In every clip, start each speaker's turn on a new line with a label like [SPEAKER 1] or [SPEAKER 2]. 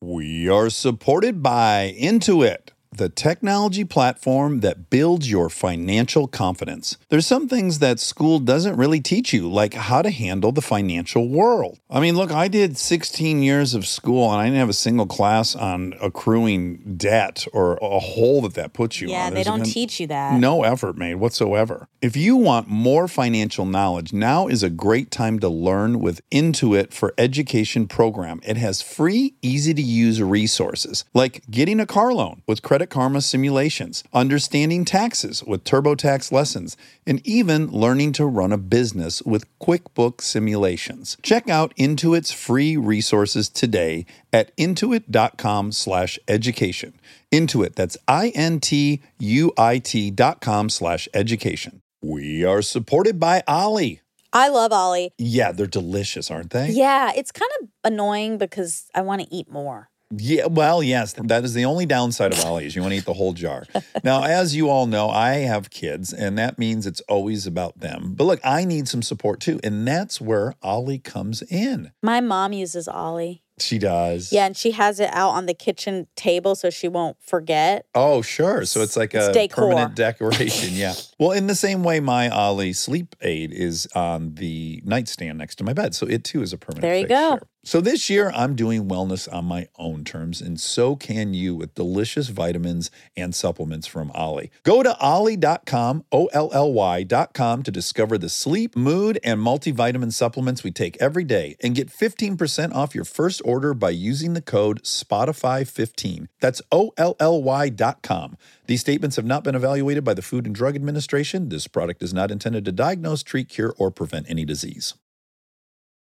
[SPEAKER 1] We are supported by Intuit, the technology platform that builds your financial confidence. There's some things that school doesn't really teach you, like how to handle the financial world. I mean, look, I did 16 years of school and I didn't have a single class on accruing debt or a hole that that puts you
[SPEAKER 2] yeah,
[SPEAKER 1] on.
[SPEAKER 2] they
[SPEAKER 1] There's
[SPEAKER 2] don't
[SPEAKER 1] been-
[SPEAKER 2] teach you that.
[SPEAKER 1] no effort made whatsoever. If you want more financial knowledge, now is a great time to learn with Intuit for Education program. It has free, easy to use resources like getting a car loan with Credit Karma simulations, understanding taxes with TurboTax lessons, and even learning to run a business with QuickBooks simulations. Check out Intuit's free resources today at intuit.com/education. Intuit. That's I N T U I T dot com slash education. We are supported by Ollie.
[SPEAKER 2] I love Ollie.
[SPEAKER 1] Yeah, they're delicious, aren't they?
[SPEAKER 2] Yeah, it's kind of annoying because I want to eat more.
[SPEAKER 1] Yeah, well, yes, that is the only downside of Ollie is you want to eat the whole jar. Now, as you all know, I have kids, and that means it's always about them. But look, I need some support too, and that's where Ollie comes in.
[SPEAKER 2] My mom uses Ollie.
[SPEAKER 1] She does.
[SPEAKER 2] Yeah, and she has it out on the kitchen table so she won't forget.
[SPEAKER 1] Oh, sure. So it's like
[SPEAKER 2] It's
[SPEAKER 1] a
[SPEAKER 2] decor.
[SPEAKER 1] permanent decoration. Yeah. well, in the same way, my Ollie sleep aid is on the nightstand next to my bed. So it too is a permanent
[SPEAKER 2] There you go.
[SPEAKER 1] fixture. So this year, I'm doing wellness on my own terms, and so can you with delicious vitamins and supplements from Ollie. Go to ollie.com, O L L Y.com, to discover the sleep, mood, and multivitamin supplements we take every day and get 15% off your first order by using the code SPOTIFY15. That's O L L Y.com. These statements have not been evaluated by the Food and Drug Administration. This product is not intended to diagnose, treat, cure, or prevent any disease.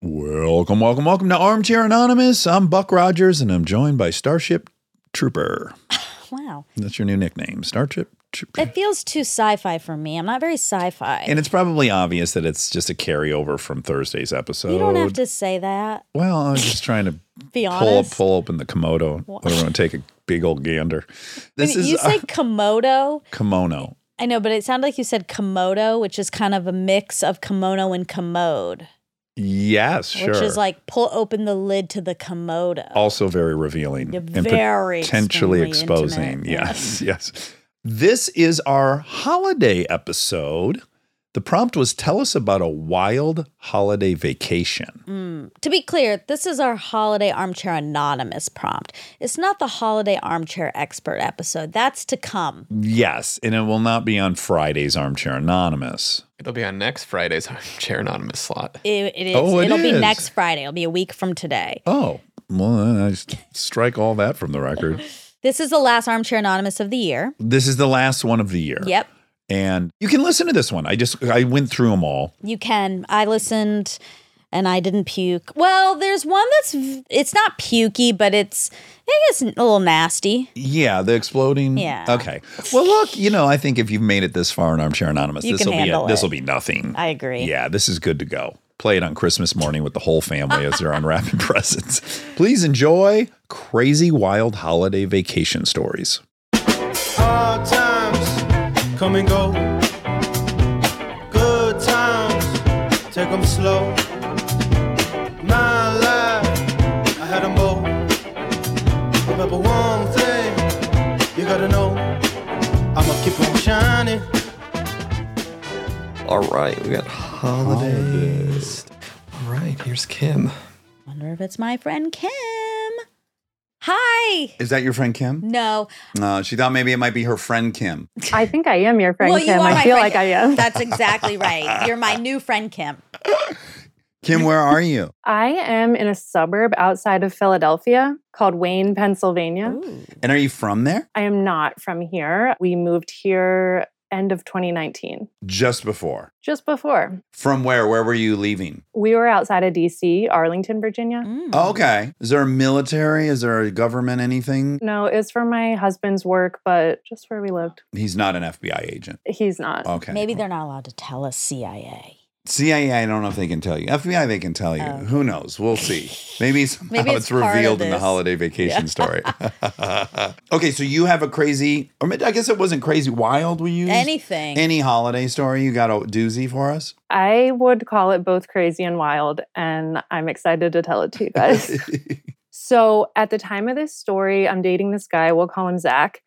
[SPEAKER 1] Welcome, welcome, welcome to Armchair Anonymous. I'm Buck Rogers, and I'm joined by Starship Trooper.
[SPEAKER 2] Wow.
[SPEAKER 1] That's your new nickname, Starship Trooper.
[SPEAKER 2] It feels too sci fi for me. I'm not very sci fi.
[SPEAKER 1] And it's probably obvious that it's just a carryover from Thursday's episode.
[SPEAKER 2] you don't have to say that.
[SPEAKER 1] Well, I was just trying to
[SPEAKER 2] Be
[SPEAKER 1] pull up,
[SPEAKER 2] honest.
[SPEAKER 1] pull open the Komodo. We're going to take a big old gander. This
[SPEAKER 2] you
[SPEAKER 1] is
[SPEAKER 2] say
[SPEAKER 1] a
[SPEAKER 2] Komodo.
[SPEAKER 1] kimono.
[SPEAKER 2] I know, but it sounded like you said Komodo, which is kind of a mix of kimono and commode,
[SPEAKER 1] Yes, sure.
[SPEAKER 2] which is like pull open the lid to the Komodo.
[SPEAKER 1] also very revealing
[SPEAKER 2] You're
[SPEAKER 1] and
[SPEAKER 2] very
[SPEAKER 1] potentially
[SPEAKER 2] extremely
[SPEAKER 1] exposing.
[SPEAKER 2] intimate.
[SPEAKER 1] Yes, yes. This is our holiday episode. The prompt was tell us about a wild holiday vacation.
[SPEAKER 2] Mm-hmm. To be clear, this is our Holiday Armchair Anonymous prompt. It's not the Holiday Armchair Expert episode. That's to come.
[SPEAKER 1] Yes, and it will not be on Friday's Armchair Anonymous.
[SPEAKER 3] It'll be on next Friday's Chair Anonymous slot.
[SPEAKER 2] It, it is.
[SPEAKER 1] Oh, it
[SPEAKER 2] It'll be
[SPEAKER 1] is.
[SPEAKER 2] next Friday. It'll be a week from today.
[SPEAKER 1] Oh, well, then I just strike all that from the record.
[SPEAKER 2] This is the last Armchair Anonymous of the year.
[SPEAKER 1] This is the last one of the year.
[SPEAKER 2] Yep.
[SPEAKER 1] And you can listen to this one. I just I went through them all.
[SPEAKER 2] You can. I listened and I didn't puke. Well, there's one that's, v- it's not pukey, but it's, I guess, a little nasty.
[SPEAKER 1] Yeah, the exploding.
[SPEAKER 2] Yeah.
[SPEAKER 1] Okay. Well, look, you know, I think if you've made it this far in Armchair Anonymous,
[SPEAKER 2] You
[SPEAKER 1] this
[SPEAKER 2] can
[SPEAKER 1] will be
[SPEAKER 2] handle
[SPEAKER 1] this
[SPEAKER 2] it.
[SPEAKER 1] will be nothing.
[SPEAKER 2] I agree.
[SPEAKER 1] Yeah, this is good to go. Play it on Christmas morning with the whole family as they're unwrapping presents. Please enjoy crazy wild holiday vacation stories.
[SPEAKER 4] Hard times come and go. Good times take 'em slow. My life, I had 'em both. Remember one thing you gotta know I'ma keep on shining.
[SPEAKER 3] All right, we got holidays. All right, here's Kim.
[SPEAKER 2] Wonder if it's my friend Kim. Hi.
[SPEAKER 1] Is that your friend Kim?
[SPEAKER 2] No.
[SPEAKER 1] No, she thought maybe it might be her friend Kim.
[SPEAKER 5] I think I am your friend,
[SPEAKER 2] well, you
[SPEAKER 5] Kim.
[SPEAKER 2] are
[SPEAKER 5] I
[SPEAKER 2] my
[SPEAKER 5] feel
[SPEAKER 2] friend.
[SPEAKER 5] like I am.
[SPEAKER 2] That's exactly right. You're my new friend, Kim.
[SPEAKER 1] Kim, where are you?
[SPEAKER 5] I am in a suburb outside of Philadelphia called Wayne, Pennsylvania.
[SPEAKER 1] And are you from there?
[SPEAKER 5] I am not from here. We moved here end of 2019,
[SPEAKER 1] Just before.
[SPEAKER 5] just before.
[SPEAKER 1] From where? Where were you leaving?
[SPEAKER 5] We were outside of DC, Arlington, Virginia.
[SPEAKER 2] Mm.
[SPEAKER 1] Okay. Is there a military? Is there a government? Anything?
[SPEAKER 5] No, it's for my husband's work, but just where we lived.
[SPEAKER 1] He's not an FBI agent.
[SPEAKER 5] He's not.
[SPEAKER 1] Okay.
[SPEAKER 2] Maybe they're not allowed to tell us CIA.
[SPEAKER 1] CIA, I don't know if they can tell you. FBI, they can tell you.
[SPEAKER 2] Oh.
[SPEAKER 1] Who knows? We'll see. Maybe somehow
[SPEAKER 2] Maybe
[SPEAKER 1] it's,
[SPEAKER 2] it's part of
[SPEAKER 1] revealed in the
[SPEAKER 2] this.
[SPEAKER 1] holiday vacation story. okay, so you have a crazy, or maybe- I guess it wasn't crazy wild we used.
[SPEAKER 2] Anything.
[SPEAKER 1] Mm. Any holiday story you got a doozy for us?
[SPEAKER 5] I would call it both crazy and wild, and I'm excited to tell it to you guys. So at the time of this story, I'm dating this guy. We'll call him Zach.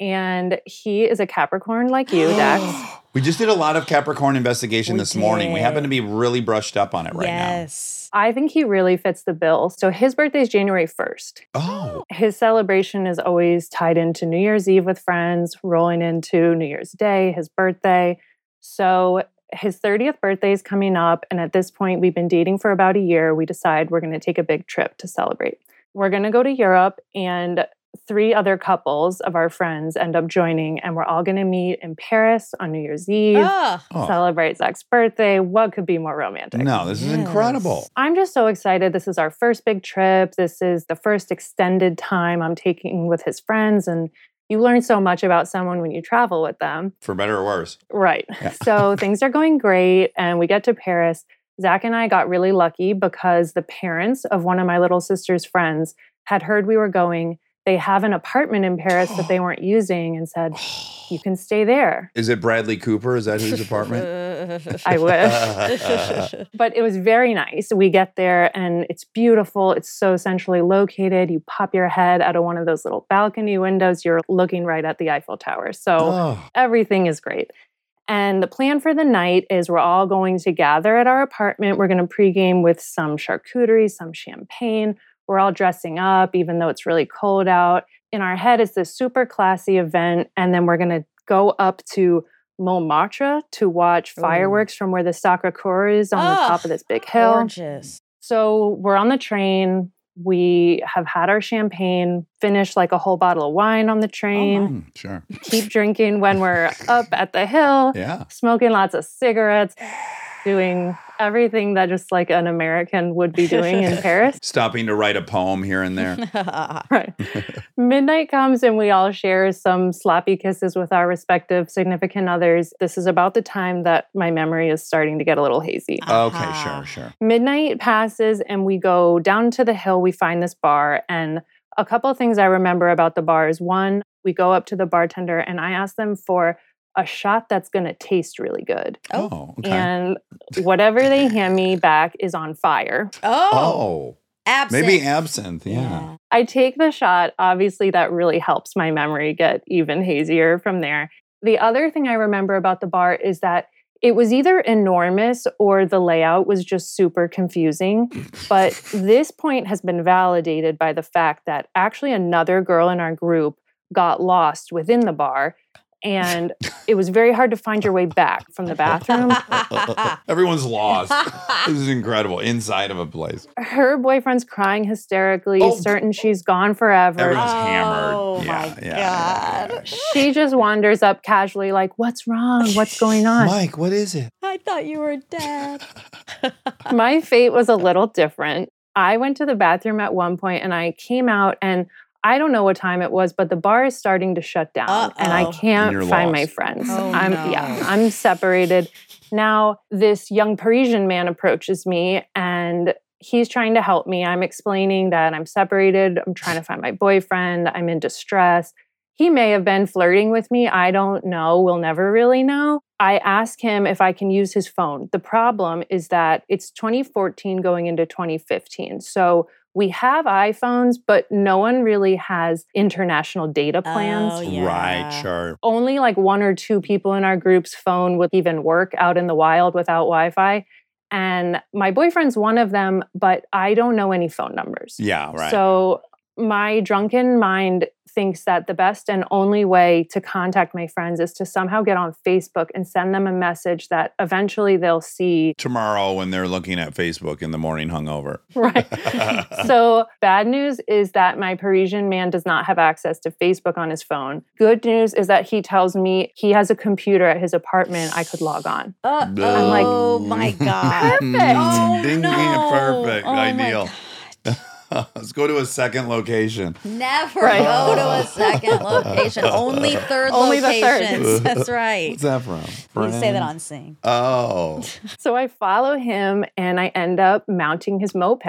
[SPEAKER 5] And he is a Capricorn like you, Dax.
[SPEAKER 1] We just did a lot of Capricorn investigation
[SPEAKER 2] We
[SPEAKER 1] this morning. We
[SPEAKER 2] did.
[SPEAKER 1] happen to be really brushed up on it right
[SPEAKER 2] yes.
[SPEAKER 5] I think he really fits the bill. So his birthday is January 1st.
[SPEAKER 1] now. Oh,
[SPEAKER 5] His celebration is always tied into New Year's Eve with friends, rolling into New Year's Day, his birthday. So his 30th birthday is coming up. And at this point, we've been dating for about a year. We decide we're going to take a big trip to celebrate. We're going to go to Europe, and three other couples of our friends end up joining, and we're all going to meet in Paris on New Year's Eve,
[SPEAKER 2] Oh,
[SPEAKER 1] oh.
[SPEAKER 5] celebrate Zach's birthday. What could be more romantic?
[SPEAKER 1] no, this is
[SPEAKER 2] Yes.
[SPEAKER 1] incredible.
[SPEAKER 5] I'm just so excited. This is our first big trip. This is the first extended time I'm taking with his friends. And you learn so much about someone when you travel with them.
[SPEAKER 1] For better or worse.
[SPEAKER 5] Right. So things are going great. And we get to Paris. Zach and I got really lucky because the parents of one of my little sister's friends had heard we were going. They have an apartment in Paris that they weren't using and said, You can stay there.
[SPEAKER 1] Is it Bradley Cooper? Is that his apartment?
[SPEAKER 5] I wish. but it was very nice. We get there and it's beautiful. It's so centrally located. You pop your head out of one of those little balcony windows. You're looking right at the Eiffel Tower. So
[SPEAKER 1] oh.
[SPEAKER 5] everything is great. And the plan for the night is we're all going to gather at our apartment. We're going to pregame with some charcuterie, some champagne. We're all dressing up, even though it's really cold out. In our head, it's this super classy event. And then we're going to go up to Montmartre to watch
[SPEAKER 2] Ooh.
[SPEAKER 5] fireworks from where the Sacre-Cœur is on the
[SPEAKER 2] Ah,
[SPEAKER 5] top of this big hill.
[SPEAKER 2] Gorgeous.
[SPEAKER 5] So we're on the train. We have had our champagne, finished like a whole bottle of wine on the
[SPEAKER 2] Oh
[SPEAKER 5] train
[SPEAKER 1] Hmm, sure.
[SPEAKER 5] keep drinking when we're up at the hill,
[SPEAKER 1] Yeah.
[SPEAKER 5] smoking lots of cigarettes, doing everything that just like an American would be doing in Paris.
[SPEAKER 1] Stopping to write a poem here and there.
[SPEAKER 5] Right. Midnight comes and we all share some sloppy kisses with our respective significant others. This is about the time that my memory is starting to get a little hazy.
[SPEAKER 1] okay,
[SPEAKER 2] Aha.
[SPEAKER 1] sure, sure.
[SPEAKER 5] Midnight passes and we go down to the hill. We find this bar. And a couple of things I remember about the bar is one, we go up to the bartender and I ask them for a shot that's going to taste really good.
[SPEAKER 1] Oh,
[SPEAKER 2] Oh.
[SPEAKER 1] okay.
[SPEAKER 5] And whatever they hand me back is on fire.
[SPEAKER 2] Oh,
[SPEAKER 1] oh,
[SPEAKER 2] absent.
[SPEAKER 1] maybe absinthe. Yeah.
[SPEAKER 5] I take the shot. Obviously, that really helps my memory get even hazier from there. The other thing I remember about the bar is that it was either enormous or the layout was just super confusing. But this point has been validated by the fact that actually another girl in our group got lost within the bar. And it was very hard to find your way back from the bathroom.
[SPEAKER 1] Everyone's lost. this is incredible. Inside of a place.
[SPEAKER 5] Her boyfriend's crying hysterically,
[SPEAKER 1] Oh.
[SPEAKER 5] certain she's gone forever.
[SPEAKER 1] Everyone's
[SPEAKER 2] Oh,
[SPEAKER 1] hammered.
[SPEAKER 2] my
[SPEAKER 1] yeah, yeah, yeah, yeah,
[SPEAKER 2] God.
[SPEAKER 1] yeah.
[SPEAKER 5] she just wanders up casually, like, "What's wrong? What's going on?" My,
[SPEAKER 1] Mike, what is it?
[SPEAKER 2] I thought you were dead.
[SPEAKER 5] fate was a little different. I went to the bathroom at one point, and I came out, and I don't know what time it was, but the bar is starting to shut down, and I
[SPEAKER 2] Uh-oh.
[SPEAKER 5] can't
[SPEAKER 1] You're
[SPEAKER 5] find my
[SPEAKER 1] lost.
[SPEAKER 5] friends.
[SPEAKER 2] Oh,
[SPEAKER 5] I'm
[SPEAKER 2] no.
[SPEAKER 5] yeah, I'm separated. Now this young Parisian man approaches me, and he's trying to help me. I'm explaining that I'm separated. I'm trying to find my boyfriend. I'm in distress. He may have been flirting with me. I don't know. We'll never really know. I ask him if I can use his phone. The problem is that it's 2014 going into 2015. So we have iPhones, but no one really has international data plans.
[SPEAKER 2] Oh, yeah.
[SPEAKER 1] Right, sure.
[SPEAKER 5] Only like one or two people in our group's phone would even work out in the wild without Wi Fi. And my boyfriend's one of them, but I don't know any phone numbers.
[SPEAKER 1] Yeah, right.
[SPEAKER 5] So my drunken mind thinks that the best and only way to contact my friends is to somehow get on Facebook and send them a message that eventually they'll see.
[SPEAKER 1] Tomorrow, when they're looking at Facebook in the morning hungover.
[SPEAKER 5] Right. so bad news is that my Parisian man does not have access to Facebook on his phone. Good news is that he tells me he has a computer at his apartment. I could log on.
[SPEAKER 2] Uh,
[SPEAKER 1] No.
[SPEAKER 2] oh my god. Oh,
[SPEAKER 1] Mm, Ding, ding,
[SPEAKER 2] no.
[SPEAKER 1] perfect.
[SPEAKER 2] Oh, my
[SPEAKER 1] Ideal. Let's go to a second location.
[SPEAKER 2] Never
[SPEAKER 5] Right.
[SPEAKER 2] go to a second location. Only third
[SPEAKER 5] Only the third.
[SPEAKER 2] locations. That's right.
[SPEAKER 1] What's that from?
[SPEAKER 2] You say that
[SPEAKER 1] Friend?
[SPEAKER 2] on Sing.
[SPEAKER 1] Oh,
[SPEAKER 5] So I follow him and I end up mounting his moped.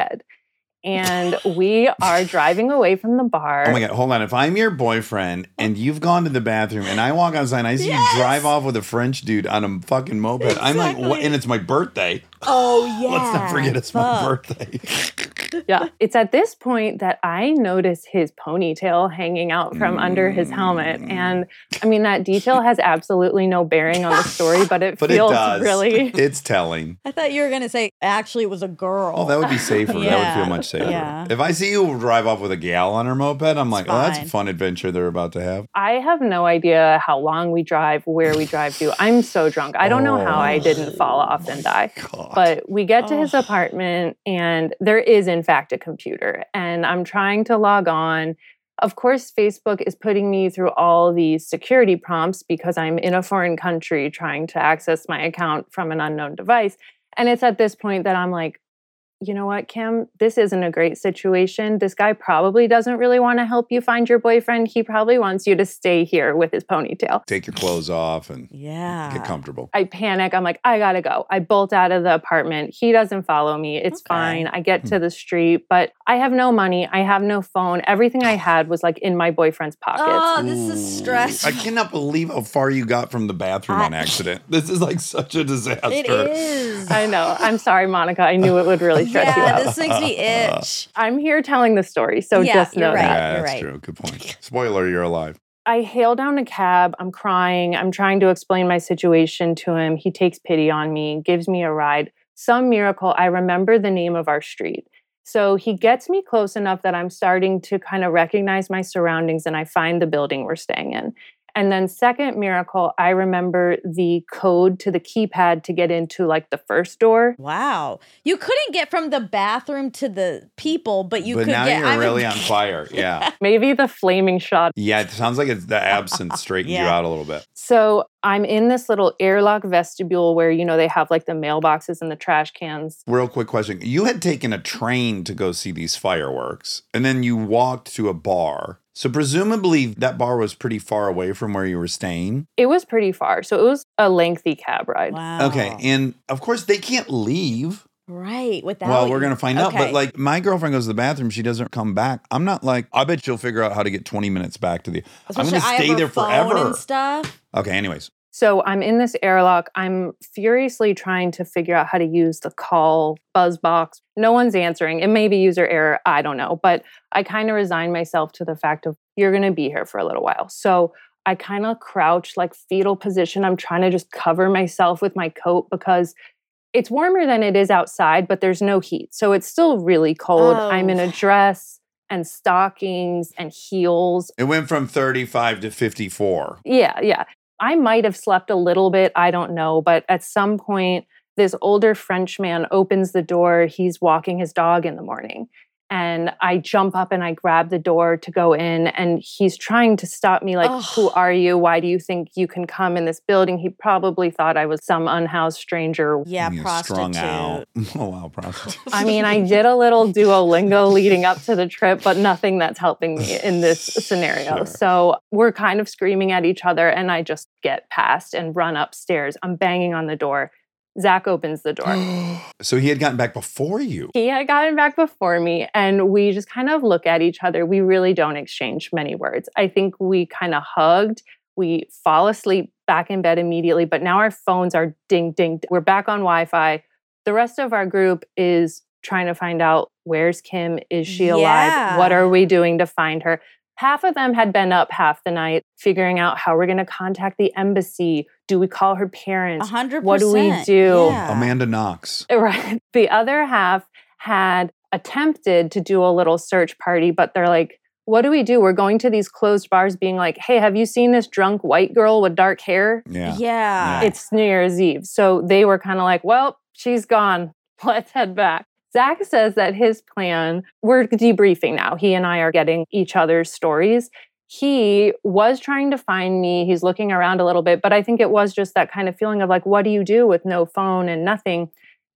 [SPEAKER 5] And we are driving away from the bar.
[SPEAKER 1] oh my God! Hold on. If I'm your boyfriend and you've gone to the bathroom and I walk outside and I see
[SPEAKER 2] Yes.
[SPEAKER 1] you drive off with a French dude on a fucking moped, I'm like, what?
[SPEAKER 2] Exactly.
[SPEAKER 1] And it's my birthday.
[SPEAKER 2] Oh yeah.
[SPEAKER 1] Let's not forget it's my
[SPEAKER 2] Fuck.
[SPEAKER 1] birthday.
[SPEAKER 5] Yeah. It's at this point that I notice his ponytail hanging out from under his helmet.
[SPEAKER 1] Mm.
[SPEAKER 5] And I mean, that detail has absolutely no bearing on the story, but it
[SPEAKER 1] But it
[SPEAKER 5] feels
[SPEAKER 1] does.
[SPEAKER 5] really.
[SPEAKER 1] It's telling.
[SPEAKER 2] I thought you were gonna say actually it was a girl.
[SPEAKER 1] Oh, that would be safer. That
[SPEAKER 2] Yeah.
[SPEAKER 1] would feel much safer.
[SPEAKER 2] Yeah.
[SPEAKER 1] If I see you drive off with a gal on her moped, I'm like, oh, that's a
[SPEAKER 2] fine.
[SPEAKER 1] fun adventure they're about to have.
[SPEAKER 5] I have no idea how long we drive, where we drive to. I'm so drunk. I don't know how I didn't fall off and die. But we get to his apartment, and there is, in fact, a computer. And I'm trying to log on. Of course, Facebook is putting me through all these security prompts because I'm in a foreign country trying to access my account from an unknown device. And it's at this point that I'm like, you know what, Kim, this isn't a great situation. This guy probably doesn't really want to help you find your boyfriend. He probably wants you to stay here with his ponytail.
[SPEAKER 1] Take your clothes off and get
[SPEAKER 2] yeah.
[SPEAKER 1] comfortable.
[SPEAKER 5] I panic. I'm like, I gotta go. I bolt out of the apartment. He doesn't follow me. It's
[SPEAKER 2] Okay. Hmm.
[SPEAKER 5] fine. I get to the street, but I have no money. I have no phone. Everything I had was like in my boyfriend's pockets.
[SPEAKER 2] Oh, this is stressful.
[SPEAKER 1] I cannot believe how far you got from the bathroom on accident. This is like such a disaster.
[SPEAKER 2] It is.
[SPEAKER 5] I know. I'm sorry, Monica. I knew it would really stress you
[SPEAKER 2] yeah,
[SPEAKER 5] out.
[SPEAKER 2] this makes me itch.
[SPEAKER 5] I'm here telling the story, so
[SPEAKER 2] Yeah,
[SPEAKER 5] just know
[SPEAKER 2] you're
[SPEAKER 5] that.
[SPEAKER 2] right.
[SPEAKER 1] Yeah,
[SPEAKER 2] you're
[SPEAKER 1] that's
[SPEAKER 2] right.
[SPEAKER 1] true. Good point. Spoiler, you're alive.
[SPEAKER 5] I hail down a cab. I'm crying. I'm trying to explain my situation to him. He takes pity on me, gives me a ride. Some miracle, I remember the name of our street. So he gets me close enough that I'm starting to kind of recognize my surroundings and I find the building we're staying in. And then, second miracle, I remember the code to the keypad to get into like the first door.
[SPEAKER 2] Wow. You couldn't get from the bathroom to the people, but you
[SPEAKER 1] but
[SPEAKER 2] could
[SPEAKER 1] now
[SPEAKER 2] get
[SPEAKER 1] you're
[SPEAKER 2] I mean,
[SPEAKER 1] really on fire. Yeah.
[SPEAKER 5] Maybe the flaming shot
[SPEAKER 1] Yeah, it sounds like it's the absinthe straightened you
[SPEAKER 2] Yeah.
[SPEAKER 1] out a little bit.
[SPEAKER 5] So I'm in this little airlock vestibule where, you know, they have like the mailboxes and the trash cans.
[SPEAKER 1] Real quick question. You had taken a train to go see these fireworks, and then you walked to a bar. So presumably that bar was pretty far away from where you were staying.
[SPEAKER 5] It was pretty far. So it was a lengthy cab ride.
[SPEAKER 2] Wow.
[SPEAKER 1] Okay. And of course they can't leave.
[SPEAKER 2] right. Without
[SPEAKER 1] well, we're
[SPEAKER 2] you-
[SPEAKER 1] gonna find out. But
[SPEAKER 2] Okay.
[SPEAKER 1] like my girlfriend goes to the bathroom, she doesn't come back. I'm not like, I bet she'll figure out how to get 20 minutes back to the I'm
[SPEAKER 2] Especially
[SPEAKER 1] gonna
[SPEAKER 2] I have
[SPEAKER 1] stay
[SPEAKER 2] her
[SPEAKER 1] there
[SPEAKER 2] phone
[SPEAKER 1] forever.
[SPEAKER 2] and stuff.
[SPEAKER 1] Okay, anyways.
[SPEAKER 5] So I'm in this airlock. I'm furiously trying to figure out how to use the call buzz box. No one's answering. It may be user error. I don't know. But I kind of resign myself to the fact of you're going to be here for a little while. So I kind of crouch like fetal position. I'm trying to just cover myself with my coat because it's warmer than it is outside, but there's no heat. So it's still really cold.
[SPEAKER 2] Oh.
[SPEAKER 5] I'm in a dress and stockings and heels.
[SPEAKER 1] It went from 35 to 54.
[SPEAKER 5] Yeah, yeah. I might have slept a little bit. I don't know. But at some point, this older French man opens the door. He's walking his dog in the morning. And I jump up and I grab the door to go in. And he's trying to stop me, like,
[SPEAKER 2] Ugh.
[SPEAKER 5] who are you? Why do you think you can come in this building? He probably thought I was some unhoused stranger.
[SPEAKER 2] Yeah,
[SPEAKER 1] You
[SPEAKER 2] prostitute.
[SPEAKER 1] strung out. Oh wow, prostitute.
[SPEAKER 5] I mean, I did a little Duolingo leading up to the trip, but nothing that's helping me in this scenario.
[SPEAKER 1] Sure.
[SPEAKER 5] So we're kind of screaming at each other, and I just get past and run upstairs. I'm banging on the door. Zach opens the door.
[SPEAKER 1] so he had gotten back before you.
[SPEAKER 5] he had gotten back before me, and we just kind of look at each other. We really don't exchange many words. I think we kind of hugged. We fall asleep back in bed immediately, but now our phones are ding, ding. We're back on Wi Fi. The rest of our group is trying to find out where's Kim? Is she alive?
[SPEAKER 2] Yeah.
[SPEAKER 5] What are we doing to find her? Half of them had been up half the night figuring out how we're going to contact the embassy. Do we call her
[SPEAKER 2] A
[SPEAKER 5] parents?
[SPEAKER 2] hundred.
[SPEAKER 5] What do we
[SPEAKER 2] percent.
[SPEAKER 5] do?
[SPEAKER 2] Yeah.
[SPEAKER 1] Amanda Knox.
[SPEAKER 5] Right. The other half had attempted to do a little search party, but they're like, what do we do? We're going to these closed bars being like, hey, have you seen this drunk white girl with dark hair?
[SPEAKER 1] Yeah.
[SPEAKER 2] Yeah.
[SPEAKER 1] Yeah.
[SPEAKER 5] It's New Year's Eve. So they were kind of like, well, she's gone. Let's head back. Zach says that his plan, we're debriefing now. He and I are getting each other's stories. He was trying to find me. He's looking around a little bit, but I think it was just that kind of feeling of like, what do you do with no phone and nothing?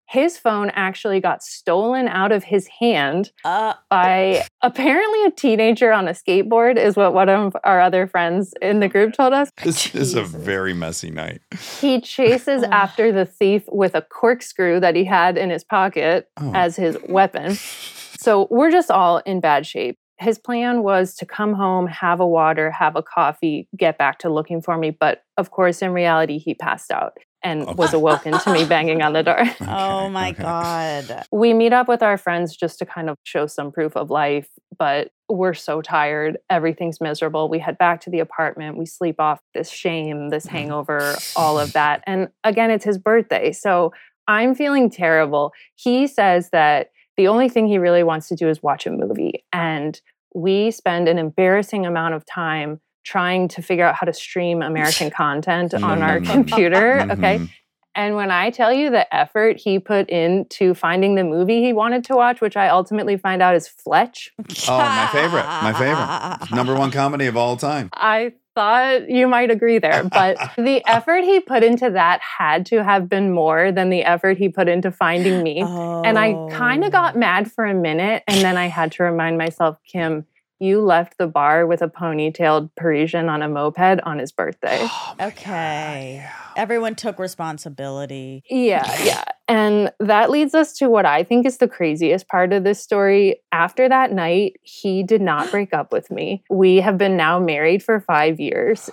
[SPEAKER 5] His phone actually got stolen out of his hand
[SPEAKER 2] Uh,
[SPEAKER 5] by apparently a teenager on a skateboard, is what one of our other friends in the group told us.
[SPEAKER 1] This is a very messy night.
[SPEAKER 5] He chases
[SPEAKER 2] Ugh.
[SPEAKER 5] after the thief with a corkscrew that he had in his pocket
[SPEAKER 1] Oh.
[SPEAKER 5] as his weapon. So we're just all in bad shape. His plan was to come home, have a water, have a coffee, get back to looking for me. But of course, in reality, he passed out. and was awoken to me banging on the door.
[SPEAKER 2] oh my
[SPEAKER 1] okay.
[SPEAKER 2] god.
[SPEAKER 5] We meet up with our friends just to kind of show some proof of life, but we're so tired. Everything's miserable. We head back to the apartment. We sleep off this shame, this hangover, all of that. And again, it's his birthday. So I'm feeling terrible. He says that the only thing he really wants to do is watch a movie. And we spend an embarrassing amount of time trying to figure out how to stream American content on our
[SPEAKER 1] Mhm.
[SPEAKER 5] computer. Okay.
[SPEAKER 1] Mhm.
[SPEAKER 5] And when I tell you the effort he put into finding the movie he wanted to watch, which I ultimately find out is Fletch,
[SPEAKER 1] Oh, my favorite. My favorite. Number one comedy of all time.
[SPEAKER 5] I thought you might agree there. But the effort he put into that had to have been more than the effort he put into finding me. And I kind
[SPEAKER 2] Oh.
[SPEAKER 5] of got mad for a minute. And then I had to remind myself, Kim, you left the bar with a ponytailed Parisian on a moped on his birthday.
[SPEAKER 3] Oh,
[SPEAKER 2] Oh. Okay. Everyone took responsibility.
[SPEAKER 5] Yeah, yeah. And that leads us to what I think is the craziest part of this story. After that night, he did not break up with me. We have been now married for five years.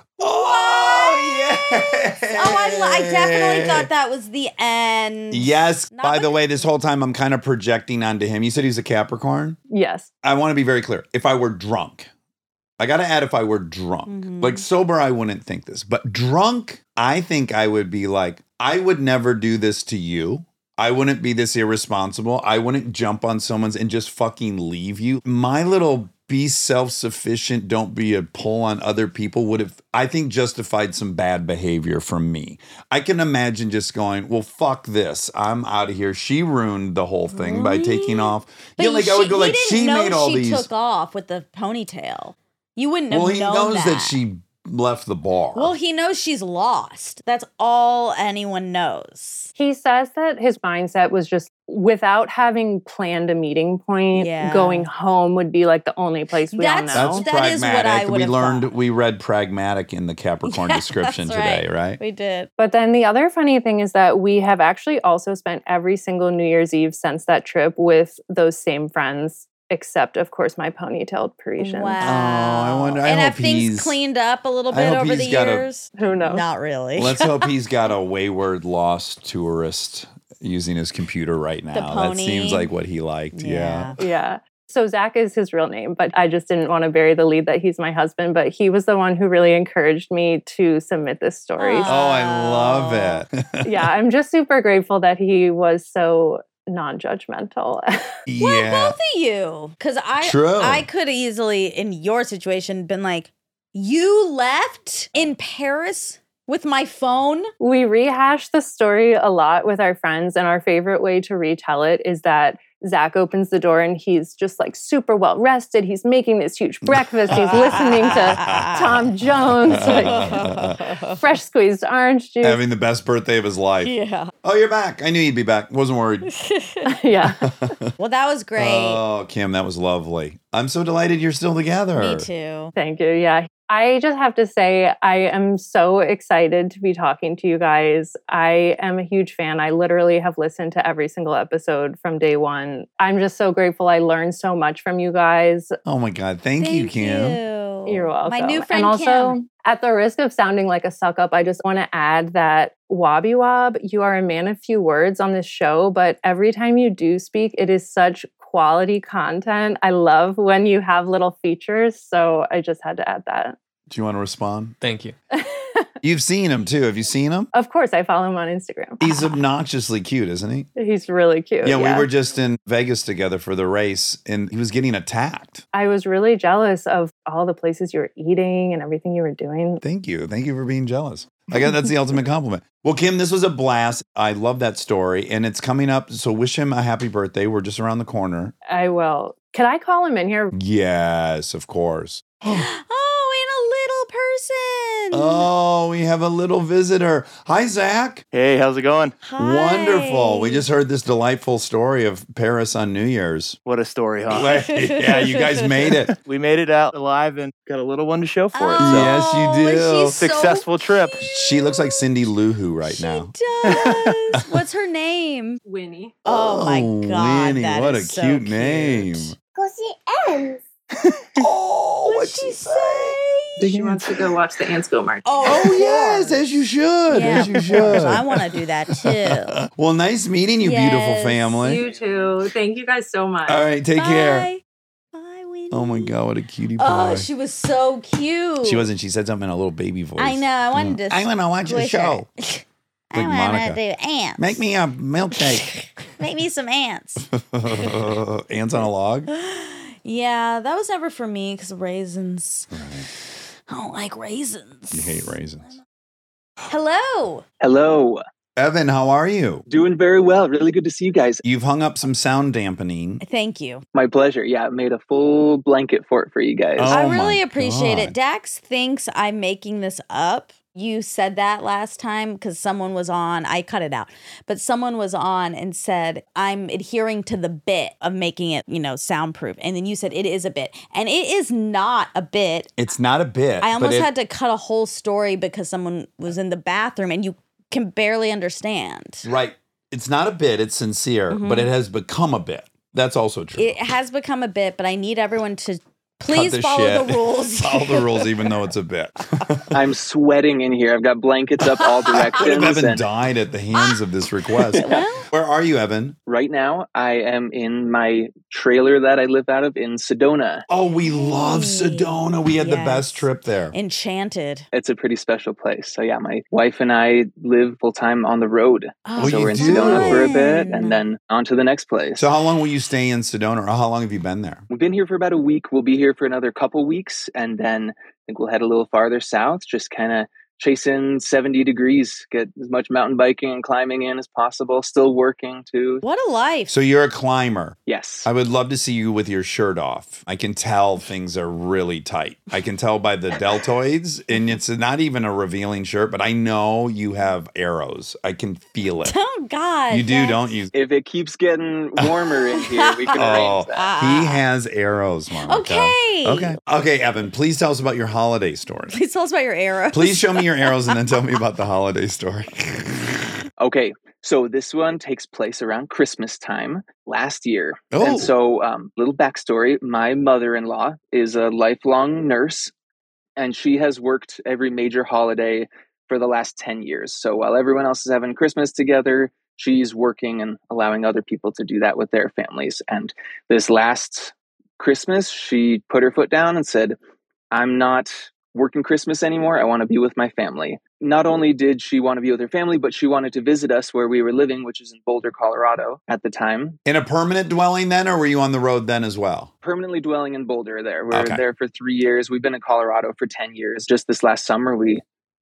[SPEAKER 1] Oh, yes.
[SPEAKER 2] Oh, I, lo- I definitely thought that was the end.
[SPEAKER 1] Yes.
[SPEAKER 2] Not
[SPEAKER 1] By
[SPEAKER 2] that-
[SPEAKER 1] the way, this whole time I'm kind of projecting onto him. You said he's a Capricorn.
[SPEAKER 5] Yes.
[SPEAKER 1] I want to be very clear. If I were drunk, I got to add, if I were drunk, like sober, I wouldn't think this, but drunk, I think I would be like, I would never do this to you. I wouldn't be this irresponsible. I wouldn't jump on someone's and just fucking leave you. My little be self sufficient, don't be a pull on other people would have, I think, justified some bad behavior from me. I can imagine just going, well, fuck this. I'm out of here. She ruined the whole thing by taking off.
[SPEAKER 2] But
[SPEAKER 1] yeah, like I
[SPEAKER 2] she-
[SPEAKER 1] would go
[SPEAKER 2] he
[SPEAKER 1] like,
[SPEAKER 2] didn't
[SPEAKER 1] she
[SPEAKER 2] know
[SPEAKER 1] made all
[SPEAKER 2] she
[SPEAKER 1] these
[SPEAKER 2] took off with the ponytail. You wouldn't have
[SPEAKER 1] well, he
[SPEAKER 2] known
[SPEAKER 1] knows
[SPEAKER 2] that.
[SPEAKER 1] that. she left the bar.
[SPEAKER 2] Well, he knows she's lost. That's all anyone knows.
[SPEAKER 5] He says that his mindset was just without having planned a meeting point,
[SPEAKER 2] Yeah.
[SPEAKER 5] going home would be like the only place we
[SPEAKER 2] That's-
[SPEAKER 5] all know.
[SPEAKER 1] that's
[SPEAKER 2] That is
[SPEAKER 1] pragmatic.
[SPEAKER 2] what I would
[SPEAKER 1] we
[SPEAKER 2] have
[SPEAKER 1] learned
[SPEAKER 2] thought.
[SPEAKER 1] we read pragmatic in the Capricorn
[SPEAKER 2] Yeah,
[SPEAKER 1] description
[SPEAKER 2] that's
[SPEAKER 1] today, right?
[SPEAKER 2] We did.
[SPEAKER 5] But then the other funny thing is that we have actually also spent every single New Year's Eve since that trip with those same friends, except of course my ponytailed Parisian.
[SPEAKER 2] Wow.
[SPEAKER 1] wonder- I
[SPEAKER 2] and
[SPEAKER 1] hope
[SPEAKER 2] have things
[SPEAKER 1] he's-
[SPEAKER 2] cleaned up a little
[SPEAKER 1] I
[SPEAKER 2] bit
[SPEAKER 1] hope
[SPEAKER 2] over the
[SPEAKER 1] he's got a-
[SPEAKER 2] years?
[SPEAKER 5] Who knows?
[SPEAKER 2] Not really.
[SPEAKER 1] Let's hope he's got a wayward lost tourist using his computer right now. That
[SPEAKER 2] pony.
[SPEAKER 1] seems like what he liked. Yeah.
[SPEAKER 5] Yeah. So Zach is his real name, but I just didn't want to bury the lead that he's my husband. But he was the one who really encouraged me to submit this story.
[SPEAKER 2] Aw.
[SPEAKER 1] Oh, I love
[SPEAKER 2] Oh.
[SPEAKER 1] it.
[SPEAKER 5] yeah, I'm just super grateful that he was so non-judgmental.
[SPEAKER 2] Well,
[SPEAKER 1] yeah.
[SPEAKER 2] both of you, because I
[SPEAKER 1] True.
[SPEAKER 2] I could easily, in your situation, been like, you left in Paris with my phone.
[SPEAKER 5] we rehash the story a lot with our friends, and our favorite way to retell it is that Zach opens the door and he's just like super well rested. He's making this huge breakfast. He's listening to Tom Jones, like, fresh squeezed orange juice.
[SPEAKER 1] Having the best birthday of his life.
[SPEAKER 2] Yeah.
[SPEAKER 1] Oh, you're back. I knew you'd be back. Wasn't worried.
[SPEAKER 5] yeah.
[SPEAKER 2] Well, that was great.
[SPEAKER 1] Oh, Kim, that was lovely. I'm so delighted you're still together.
[SPEAKER 2] Me too.
[SPEAKER 5] Thank you. Yeah. I just have to say, I am so excited to be talking to you guys. I am a huge fan. I literally have listened to every single episode from day one. I'm just so grateful. I learned so much from you guys.
[SPEAKER 1] Oh my God. Thank, you, Kim.
[SPEAKER 2] you.
[SPEAKER 5] You're welcome.
[SPEAKER 2] Oh, My new friend
[SPEAKER 5] And also,
[SPEAKER 2] Kim.
[SPEAKER 5] at the risk of sounding like a suck up, I just want to add that Wabi Wab, you are a man of few words on this show, but every time you do speak, it is such quality content. I love when you have little features. So I just had to add that.
[SPEAKER 1] Do you want to respond?
[SPEAKER 3] Thank you.
[SPEAKER 1] You've seen him too. Have you seen him?
[SPEAKER 5] Of course, I follow him on Instagram.
[SPEAKER 1] He's obnoxiously cute, isn't he?
[SPEAKER 5] He's really cute.
[SPEAKER 1] Yeah, we were just in Vegas together for the race and he was getting attacked.
[SPEAKER 5] I was really jealous of all the places you were eating and everything you were doing.
[SPEAKER 1] Thank you. Thank you for being jealous. I guess that's the ultimate compliment. Well, Kim, this was a blast. I love that story and it's coming up. So wish him a happy birthday. We're just around the corner.
[SPEAKER 5] I will. Could I call him in here?
[SPEAKER 1] Yes, of course.
[SPEAKER 2] oh, and a little person.
[SPEAKER 1] Oh, we have a little visitor. Hi, Zach.
[SPEAKER 6] Hey, how's it going?
[SPEAKER 2] Hi.
[SPEAKER 1] Wonderful. We just heard this delightful story of Paris on New Year's.
[SPEAKER 6] What a story, huh?
[SPEAKER 1] yeah, you guys made it.
[SPEAKER 6] We made it out alive and got a little one to show for it. So,
[SPEAKER 1] Yes, you
[SPEAKER 2] Oh, and
[SPEAKER 1] do.
[SPEAKER 2] she's so
[SPEAKER 6] successful trip.
[SPEAKER 1] She looks like Cindy Lou Who right
[SPEAKER 2] She
[SPEAKER 1] now.
[SPEAKER 2] does. What's her name?
[SPEAKER 5] Winnie.
[SPEAKER 2] Oh, my god,
[SPEAKER 1] Winnie,
[SPEAKER 2] that
[SPEAKER 1] what
[SPEAKER 2] is
[SPEAKER 1] a
[SPEAKER 2] so
[SPEAKER 1] cute name.
[SPEAKER 7] Go see Ems.
[SPEAKER 1] Oh,
[SPEAKER 2] What'd she say?
[SPEAKER 3] Big
[SPEAKER 5] She wants to go watch the ants go marching.
[SPEAKER 1] Oh yes, as you should, as you
[SPEAKER 2] I
[SPEAKER 1] should.
[SPEAKER 2] want to do that too.
[SPEAKER 1] Well, nice meeting you, beautiful
[SPEAKER 2] Yes,
[SPEAKER 1] family.
[SPEAKER 5] You too. Thank you guys so much.
[SPEAKER 1] All right, take care.
[SPEAKER 2] Bye. Bye, Winnie.
[SPEAKER 1] Oh my god, what a cutie pie!
[SPEAKER 2] Oh, she was so cute.
[SPEAKER 1] She wasn't. She said something in a little baby voice.
[SPEAKER 2] I know. I wanted to.
[SPEAKER 1] I want to watch the
[SPEAKER 2] squish her.
[SPEAKER 1] show.
[SPEAKER 2] I
[SPEAKER 1] Like
[SPEAKER 2] want
[SPEAKER 1] Monica.
[SPEAKER 2] to do ants.
[SPEAKER 1] Make me a milkshake.
[SPEAKER 2] Make me some ants.
[SPEAKER 1] Ants on a log.
[SPEAKER 2] yeah, that was never for me because raisins. I don't like raisins.
[SPEAKER 1] You hate raisins.
[SPEAKER 2] Hello.
[SPEAKER 6] Hello.
[SPEAKER 1] Evan, how are you?
[SPEAKER 6] Doing very well. Really good to see you guys.
[SPEAKER 1] You've hung up some sound dampening.
[SPEAKER 2] Thank you.
[SPEAKER 6] My pleasure. Yeah, I made a full blanket fort for you guys.
[SPEAKER 1] Oh
[SPEAKER 2] I
[SPEAKER 1] my
[SPEAKER 2] really appreciate
[SPEAKER 1] God.
[SPEAKER 2] it. Dax thinks I'm making this up. You said that last time because someone was on. I cut it out, but someone was on and said, I'm adhering to the bit of making it, you know, soundproof. And then you said, it is a bit. And it is not a bit.
[SPEAKER 1] It's not a bit.
[SPEAKER 2] I
[SPEAKER 1] but
[SPEAKER 2] almost
[SPEAKER 1] it-
[SPEAKER 2] had to cut a whole story because someone was in the bathroom and you can barely understand.
[SPEAKER 1] Right. It's not a bit. It's sincere, but it has become a bit. That's also true.
[SPEAKER 2] Mm-hmm. It has become a bit, but I need everyone to please
[SPEAKER 1] the
[SPEAKER 2] follow
[SPEAKER 1] shit.
[SPEAKER 2] the rules.
[SPEAKER 1] Follow the rules, even though it's a bit.
[SPEAKER 6] I'm sweating in here. I've got blankets up all
[SPEAKER 1] What if
[SPEAKER 6] directions.
[SPEAKER 1] Evan
[SPEAKER 6] and
[SPEAKER 1] died at the hands of this request? Where are you, Evan?
[SPEAKER 6] right now, I am in my trailer that I live out of in Sedona.
[SPEAKER 1] Oh, we love
[SPEAKER 2] Hey.
[SPEAKER 1] Sedona. We had the best
[SPEAKER 2] Yes.
[SPEAKER 1] trip there.
[SPEAKER 2] Enchanted.
[SPEAKER 6] It's a pretty special place. So yeah, my wife and I live full time on the road.
[SPEAKER 2] Oh,
[SPEAKER 6] so
[SPEAKER 1] you
[SPEAKER 6] we're in
[SPEAKER 1] do?
[SPEAKER 6] Sedona for a bit,
[SPEAKER 2] fun.
[SPEAKER 6] and then on to the next place.
[SPEAKER 1] So, how long will you stay in Sedona, or how long have you been there?
[SPEAKER 6] We've been here for about a week. We'll be here for another couple weeks, and then I think we'll head a little farther south, just kind of chasing 70 degrees, get as much mountain biking and climbing in as possible, still working too.
[SPEAKER 2] What a life.
[SPEAKER 1] So, you're a climber.
[SPEAKER 6] Yes.
[SPEAKER 1] I would love to see you with your shirt off. I can tell things are really tight. I can tell by the deltoids, and it's not even a revealing shirt, but I know you have arrows. I can feel it.
[SPEAKER 2] Oh God!
[SPEAKER 1] You do,
[SPEAKER 2] that's-
[SPEAKER 1] don't you?
[SPEAKER 6] If it keeps getting warmer in here, we can
[SPEAKER 1] Oh,
[SPEAKER 6] arrange that.
[SPEAKER 1] he has arrows, Monica.
[SPEAKER 2] ah. Okay.
[SPEAKER 1] Okay. Okay, Evan, please tell us about your holiday story.
[SPEAKER 2] Please tell us about your arrow.
[SPEAKER 1] Please show me your arrows and then tell me about the holiday story.
[SPEAKER 6] Okay, so this one takes place around Christmas time last year.
[SPEAKER 1] Oh.
[SPEAKER 6] And so, um, little backstory my mother in law is a lifelong nurse, and she has worked every major holiday for the last 10 years. So, while everyone else is having Christmas together, she's working and allowing other people to do that with their families. And this last Christmas, she put her foot down and said, I'm not working Christmas anymore. I want to be with my family. Not only did she want to be with her family, but she wanted to visit us where we were living, which is in Boulder, Colorado at the time.
[SPEAKER 1] In a permanent dwelling then, or were you on the road then as well?
[SPEAKER 6] Permanently dwelling in Boulder there. We are
[SPEAKER 1] Okay.
[SPEAKER 6] there for three years. We've been in Colorado for 10 years. Just this last summer, we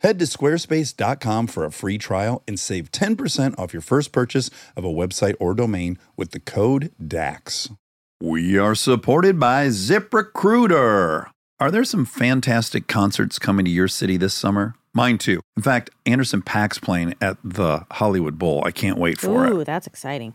[SPEAKER 1] Head to squarespace.com for a free trial and save 10% off your first purchase of a website or domain with the code DAX. We are supported by ZipRecruiter. Are there some fantastic concerts coming to your city this summer? Mine too. In fact, Anderson Pack's playing at the Hollywood Bowl. I can't wait for it.
[SPEAKER 2] Ooh, that's exciting.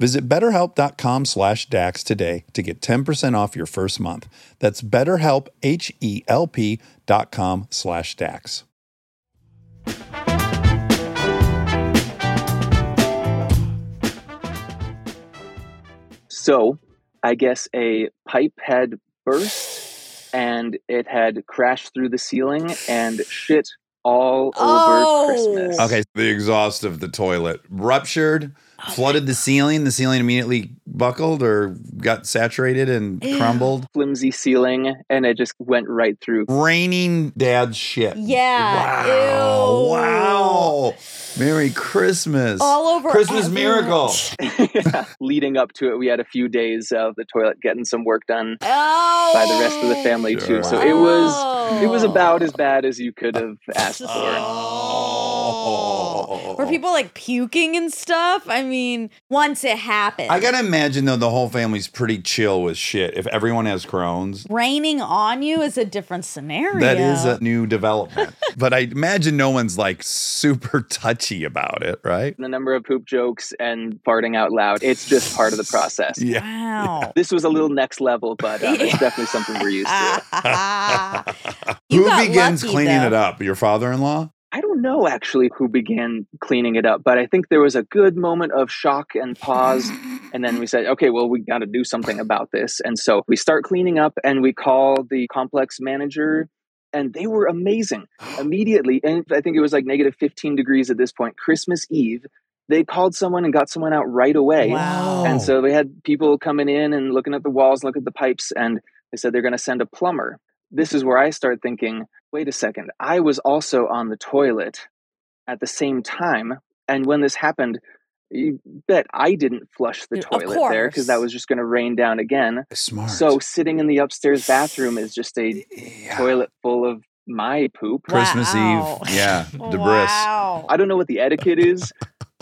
[SPEAKER 1] Visit betterhelp.com slash DAX today to get 10% off your first month. That's betterhelp, H-E-L-P dot com slash DAX.
[SPEAKER 6] So I guess a pipe had burst and it had crashed through the ceiling and shit all
[SPEAKER 2] Oh.
[SPEAKER 6] over Christmas.
[SPEAKER 2] Oh,
[SPEAKER 8] Okay, the exhaust of the toilet ruptured, flooded the ceiling. The ceiling immediately
[SPEAKER 1] buckled or got saturated and
[SPEAKER 2] Ew.
[SPEAKER 1] crumbled.
[SPEAKER 6] flimsy ceiling, and it just went right through.
[SPEAKER 1] Raining dad's shit.
[SPEAKER 2] Yeah.
[SPEAKER 1] Wow.
[SPEAKER 2] Ew.
[SPEAKER 1] Wow. Merry Christmas.
[SPEAKER 2] All over
[SPEAKER 1] Christmas
[SPEAKER 2] everywhere.
[SPEAKER 1] miracle.
[SPEAKER 6] Leading up to it, we had a few days of the toilet getting some work done
[SPEAKER 2] Oh.
[SPEAKER 6] by the rest of the family too. So it was it was about as bad as you could have asked for.
[SPEAKER 2] Oh.
[SPEAKER 1] Oh.
[SPEAKER 2] Were people like puking and stuff? I mean, once it happened,
[SPEAKER 1] I gotta imagine though the whole family's pretty chill with shit. If everyone has Crohn's,
[SPEAKER 2] raining on you is a different scenario.
[SPEAKER 1] that is a new development. but I imagine no one's like super touchy about it, right?
[SPEAKER 6] The number of poop jokes and farting out loud, it's just part of the process.
[SPEAKER 1] Yeah.
[SPEAKER 2] wow.
[SPEAKER 6] This was a little next level, but um, it's
[SPEAKER 2] Yeah.
[SPEAKER 6] definitely something we're used
[SPEAKER 2] Ah.
[SPEAKER 6] to.
[SPEAKER 2] You
[SPEAKER 1] Who
[SPEAKER 2] got
[SPEAKER 1] begins
[SPEAKER 2] lucky,
[SPEAKER 1] cleaning
[SPEAKER 2] though.
[SPEAKER 1] it up? Your father-in-law?
[SPEAKER 6] I don't know actually who began cleaning it up, but I think there was a good moment of shock and pause. And then we said, okay, well, we got to do something about this. And so we start cleaning up and we call the complex manager, and they were amazing immediately. And I think it was like negative 15 degrees at this point, Christmas Eve. They called someone and got someone out right away.
[SPEAKER 2] Wow.
[SPEAKER 1] Oh.
[SPEAKER 6] And so they had people coming in and looking at the walls, looking at the pipes, and they said they're going to send a plumber. This is where I start thinking wait a second, I was also on the toilet at the same time. And when this happened, you bet I didn't flush the
[SPEAKER 2] Of
[SPEAKER 6] toilet there because that
[SPEAKER 2] course.
[SPEAKER 6] was just going to rain down again.
[SPEAKER 1] Smart.
[SPEAKER 6] So sitting in the upstairs bathroom is just a
[SPEAKER 1] Yeah.
[SPEAKER 6] toilet full of my poop.
[SPEAKER 1] Christmas
[SPEAKER 2] Wow.
[SPEAKER 1] Eve. Yeah. Debris.
[SPEAKER 2] Wow.
[SPEAKER 6] I don't know what the etiquette is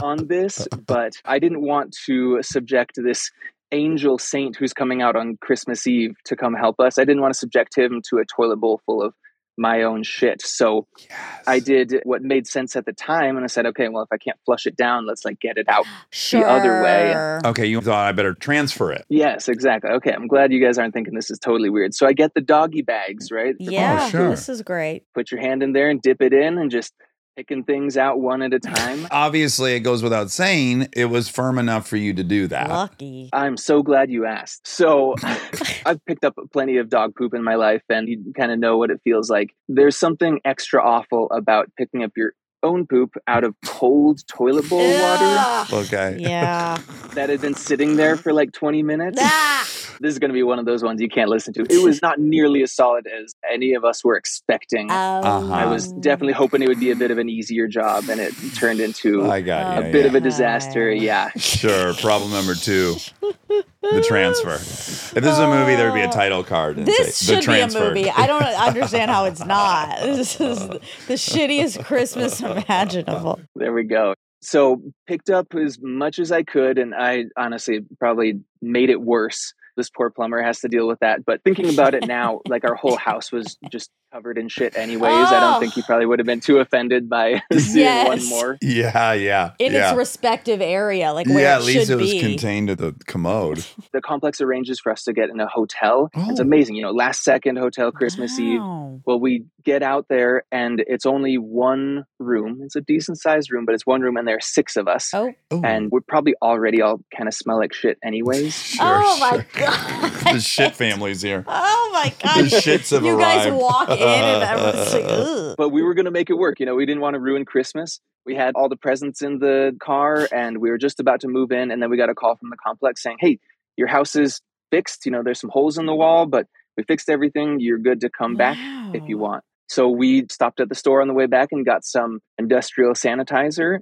[SPEAKER 6] on this, but I didn't want to subject this angel saint who's coming out on Christmas Eve to come help us. I didn't want to subject him to a toilet bowl full of my own shit. So
[SPEAKER 1] Yes.
[SPEAKER 6] I did what made sense at the time and I said, okay, well if I can't flush it down, let's like get it out.
[SPEAKER 2] Sure.
[SPEAKER 6] other way.
[SPEAKER 1] Okay, you thought I better transfer it.
[SPEAKER 6] Yes, exactly. Okay, I'm glad you guys aren't thinking this is totally weird. So I get the doggy bags, right? The-
[SPEAKER 2] Yeah.
[SPEAKER 1] sure.
[SPEAKER 2] This is great.
[SPEAKER 6] Put your hand in there and dip it in and just picking things out one at a time.
[SPEAKER 1] Obviously, it goes without saying it was firm enough for you to do that.
[SPEAKER 2] Lucky.
[SPEAKER 6] I'm so glad you asked. So, I've picked up plenty of dog poop in my life, and you kind of know what it feels like. There's something extra awful about picking up your own poop out of cold toilet bowl water
[SPEAKER 2] Ugh.
[SPEAKER 1] Okay.
[SPEAKER 2] Yeah.
[SPEAKER 6] that had been sitting there for like 20 minutes.
[SPEAKER 2] Ah.
[SPEAKER 6] This is going to be one of those ones you can't listen to. It was not nearly as solid as any of us were expecting.
[SPEAKER 1] Uh-huh.
[SPEAKER 2] Oh.
[SPEAKER 6] Um, I was definitely hoping it would be a bit of an easier job, Um, and it turned into
[SPEAKER 1] I got
[SPEAKER 2] Oh,
[SPEAKER 6] a
[SPEAKER 1] you.
[SPEAKER 6] bit
[SPEAKER 1] yeah.
[SPEAKER 6] of a disaster. Yeah.
[SPEAKER 1] Sure. Problem number two the transfer. If this is a movie, there'd be a title card. and
[SPEAKER 2] Oh, This
[SPEAKER 1] say,
[SPEAKER 2] should
[SPEAKER 1] the
[SPEAKER 2] be a
[SPEAKER 1] transfer. Uh-huh.
[SPEAKER 2] movie. I don't understand how it's not. This is the shittiest Christmas imaginable.
[SPEAKER 6] There we go. So picked up as much as I could, and I honestly probably made it worse. This poor plumber has to deal with that. But thinking about it now, like our whole house was just covered in shit, anyways. I
[SPEAKER 2] Oh.
[SPEAKER 6] don't think he probably would have been too offended by seeing one
[SPEAKER 2] Yes.
[SPEAKER 6] more.
[SPEAKER 1] Yeah, yeah.
[SPEAKER 2] In
[SPEAKER 1] yeah.
[SPEAKER 2] its respective area, like where
[SPEAKER 1] yeah,
[SPEAKER 2] it
[SPEAKER 1] at least
[SPEAKER 2] should
[SPEAKER 1] it was
[SPEAKER 2] be.
[SPEAKER 1] contained to the commode.
[SPEAKER 6] The complex arranges for us to get in a hotel. It's
[SPEAKER 1] Oh.
[SPEAKER 6] amazing, you know, last second hotel Christmas Eve.
[SPEAKER 2] Wow.
[SPEAKER 6] Well, we get out there, and it's only one room. It's a decent sized room, but it's one room, and there are six of us.
[SPEAKER 2] Oh.
[SPEAKER 1] Ooh.
[SPEAKER 6] And we're probably already all kind of smell like shit, anyways.
[SPEAKER 1] Sure,
[SPEAKER 2] oh my
[SPEAKER 1] sure.
[SPEAKER 2] god.
[SPEAKER 1] The shit family's here.
[SPEAKER 2] Oh my
[SPEAKER 1] The
[SPEAKER 2] god.
[SPEAKER 1] shits have
[SPEAKER 2] you guys
[SPEAKER 1] arrived.
[SPEAKER 2] walk in and everyone's like, ugh.
[SPEAKER 6] but we were going to make it work. You know, we didn't want to ruin Christmas. We had all the presents in the car and we were just about to move in. And then we got a call from the complex saying, hey, your house is fixed. You know, there's some holes in the wall, but we fixed everything. You're good to come back if you
[SPEAKER 2] Mm-hmm. Wow.
[SPEAKER 6] want. So we stopped at the store on the way back and got some industrial sanitizer.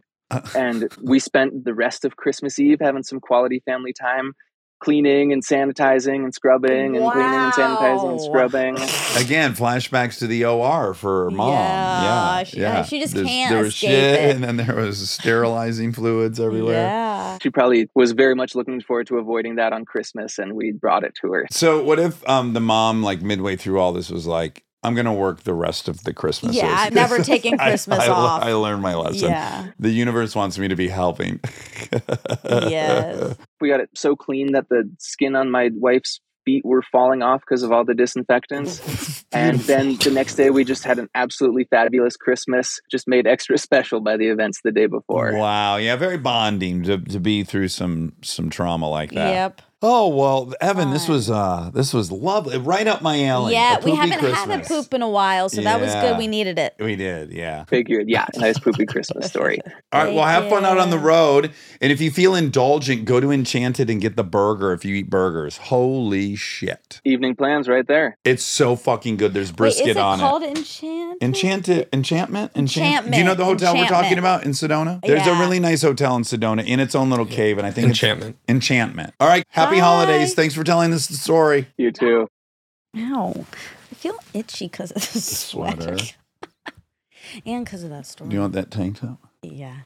[SPEAKER 6] And we spent the rest of Christmas Eve having some quality family time cleaning and sanitizing and scrubbing and cleaning and sanitizing
[SPEAKER 2] Wow.
[SPEAKER 6] and scrubbing.
[SPEAKER 1] Again, flashbacks to the OR for mom.
[SPEAKER 2] Yeah,
[SPEAKER 1] Yeah,
[SPEAKER 2] she- she just can't
[SPEAKER 1] There was
[SPEAKER 2] escape
[SPEAKER 1] shit,
[SPEAKER 2] it.
[SPEAKER 1] and then there was sterilizing fluids everywhere.
[SPEAKER 2] Yeah.
[SPEAKER 6] she probably was very much looking forward to avoiding that on Christmas, and we brought it to her.
[SPEAKER 1] So, what if um, the mom, like midway through all this, was like, "I'm gonna work the rest of the Christmas."
[SPEAKER 2] Yeah, I'm never taking Christmas
[SPEAKER 1] I,
[SPEAKER 2] off.
[SPEAKER 1] I learned my lesson.
[SPEAKER 2] Yeah.
[SPEAKER 1] The universe wants me to be helping.
[SPEAKER 2] Yes.
[SPEAKER 6] We got it so clean that the skin on my wife's feet were falling off because of all the disinfectants. And then the next day, we just had an absolutely fabulous Christmas, just made extra special by the events the day before.
[SPEAKER 1] Wow. Yeah, very bonding to, to be through some some trauma like that.
[SPEAKER 2] Yep.
[SPEAKER 1] Oh well, Evan, this was uh this was lovely, right up my alley.
[SPEAKER 2] yeah,
[SPEAKER 1] A
[SPEAKER 2] we
[SPEAKER 1] poopy
[SPEAKER 2] haven't had a
[SPEAKER 1] Christmas.
[SPEAKER 2] poop in a while, so that was
[SPEAKER 1] Yeah.
[SPEAKER 2] good. We needed it.
[SPEAKER 1] We did, yeah.
[SPEAKER 6] Figured, yeah, nice poopy Christmas story.
[SPEAKER 1] All right, well,
[SPEAKER 2] Thank
[SPEAKER 1] have fun out on the
[SPEAKER 2] you.
[SPEAKER 1] road, and if you feel indulgent, go to Enchanted and get the burger. If you eat burgers, holy shit,
[SPEAKER 6] Evening plans right there.
[SPEAKER 1] it's so fucking good. There's brisket
[SPEAKER 2] Wait, is it
[SPEAKER 1] on
[SPEAKER 2] called
[SPEAKER 1] it.
[SPEAKER 2] Enchant?
[SPEAKER 1] Enchanted, enchantment, enchantment. Do you
[SPEAKER 2] Enchantment,
[SPEAKER 1] know the hotel we're talking
[SPEAKER 2] enchantment.
[SPEAKER 1] about in Sedona? There's a
[SPEAKER 2] Yeah.
[SPEAKER 1] really nice hotel in Sedona in its own little cave, and I think it's
[SPEAKER 3] Enchantment.
[SPEAKER 1] enchantment. All right, happy
[SPEAKER 2] Bye.
[SPEAKER 1] holidays. Thanks for telling us the story.
[SPEAKER 6] You too.
[SPEAKER 2] Ow. I feel itchy because of the sweater.
[SPEAKER 1] Sweater.
[SPEAKER 2] and because of that story.
[SPEAKER 1] Do you want that tank top?
[SPEAKER 2] yeah.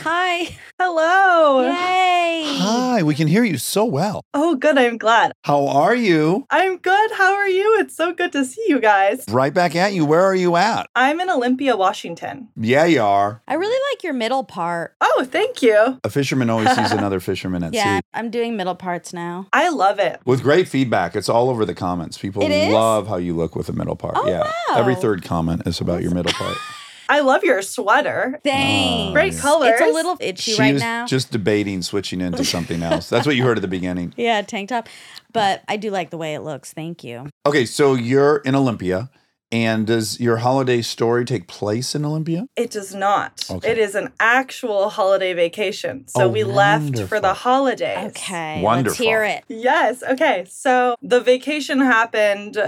[SPEAKER 2] Hi.
[SPEAKER 7] Hello.
[SPEAKER 2] Yay.
[SPEAKER 1] Hi, we can hear you so well.
[SPEAKER 7] Oh, good. I'm glad.
[SPEAKER 1] How are you?
[SPEAKER 7] I'm good. How are you? It's so good to see you guys.
[SPEAKER 1] Right back at you. Where are you at?
[SPEAKER 7] I'm in Olympia, Washington.
[SPEAKER 1] Yeah, you are.
[SPEAKER 2] I really like your middle part.
[SPEAKER 7] Oh, thank you.
[SPEAKER 1] A fisherman always sees another fisherman at
[SPEAKER 2] yeah,
[SPEAKER 1] sea.
[SPEAKER 2] I'm doing middle parts
[SPEAKER 1] Oh,
[SPEAKER 2] now.
[SPEAKER 7] I love it.
[SPEAKER 1] With great feedback, it's all over the comments. People
[SPEAKER 2] It is?
[SPEAKER 1] love how you look with a middle part.
[SPEAKER 2] Oh,
[SPEAKER 1] yeah.
[SPEAKER 2] wow.
[SPEAKER 1] Every third comment is about your middle part.
[SPEAKER 7] I love your sweater.
[SPEAKER 2] Dang.
[SPEAKER 1] Oh,
[SPEAKER 7] Great
[SPEAKER 1] yeah.
[SPEAKER 2] It's
[SPEAKER 7] colors.
[SPEAKER 2] a little itchy
[SPEAKER 1] she
[SPEAKER 2] right
[SPEAKER 1] was
[SPEAKER 2] now.
[SPEAKER 1] just debating switching into something else. That's what you heard at the beginning.
[SPEAKER 2] yeah, tank top. But I do like the way it looks. Thank you.
[SPEAKER 1] Okay, so you're in Olympia, and does your holiday story take place in Olympia?
[SPEAKER 7] It does not.
[SPEAKER 1] Okay.
[SPEAKER 7] It is an actual holiday vacation. So
[SPEAKER 1] Oh,
[SPEAKER 7] we left for
[SPEAKER 1] wonderful.
[SPEAKER 7] the holidays.
[SPEAKER 2] Okay. Let's
[SPEAKER 1] Wonderful.
[SPEAKER 2] hear it.
[SPEAKER 7] Yes. Okay. So the vacation happened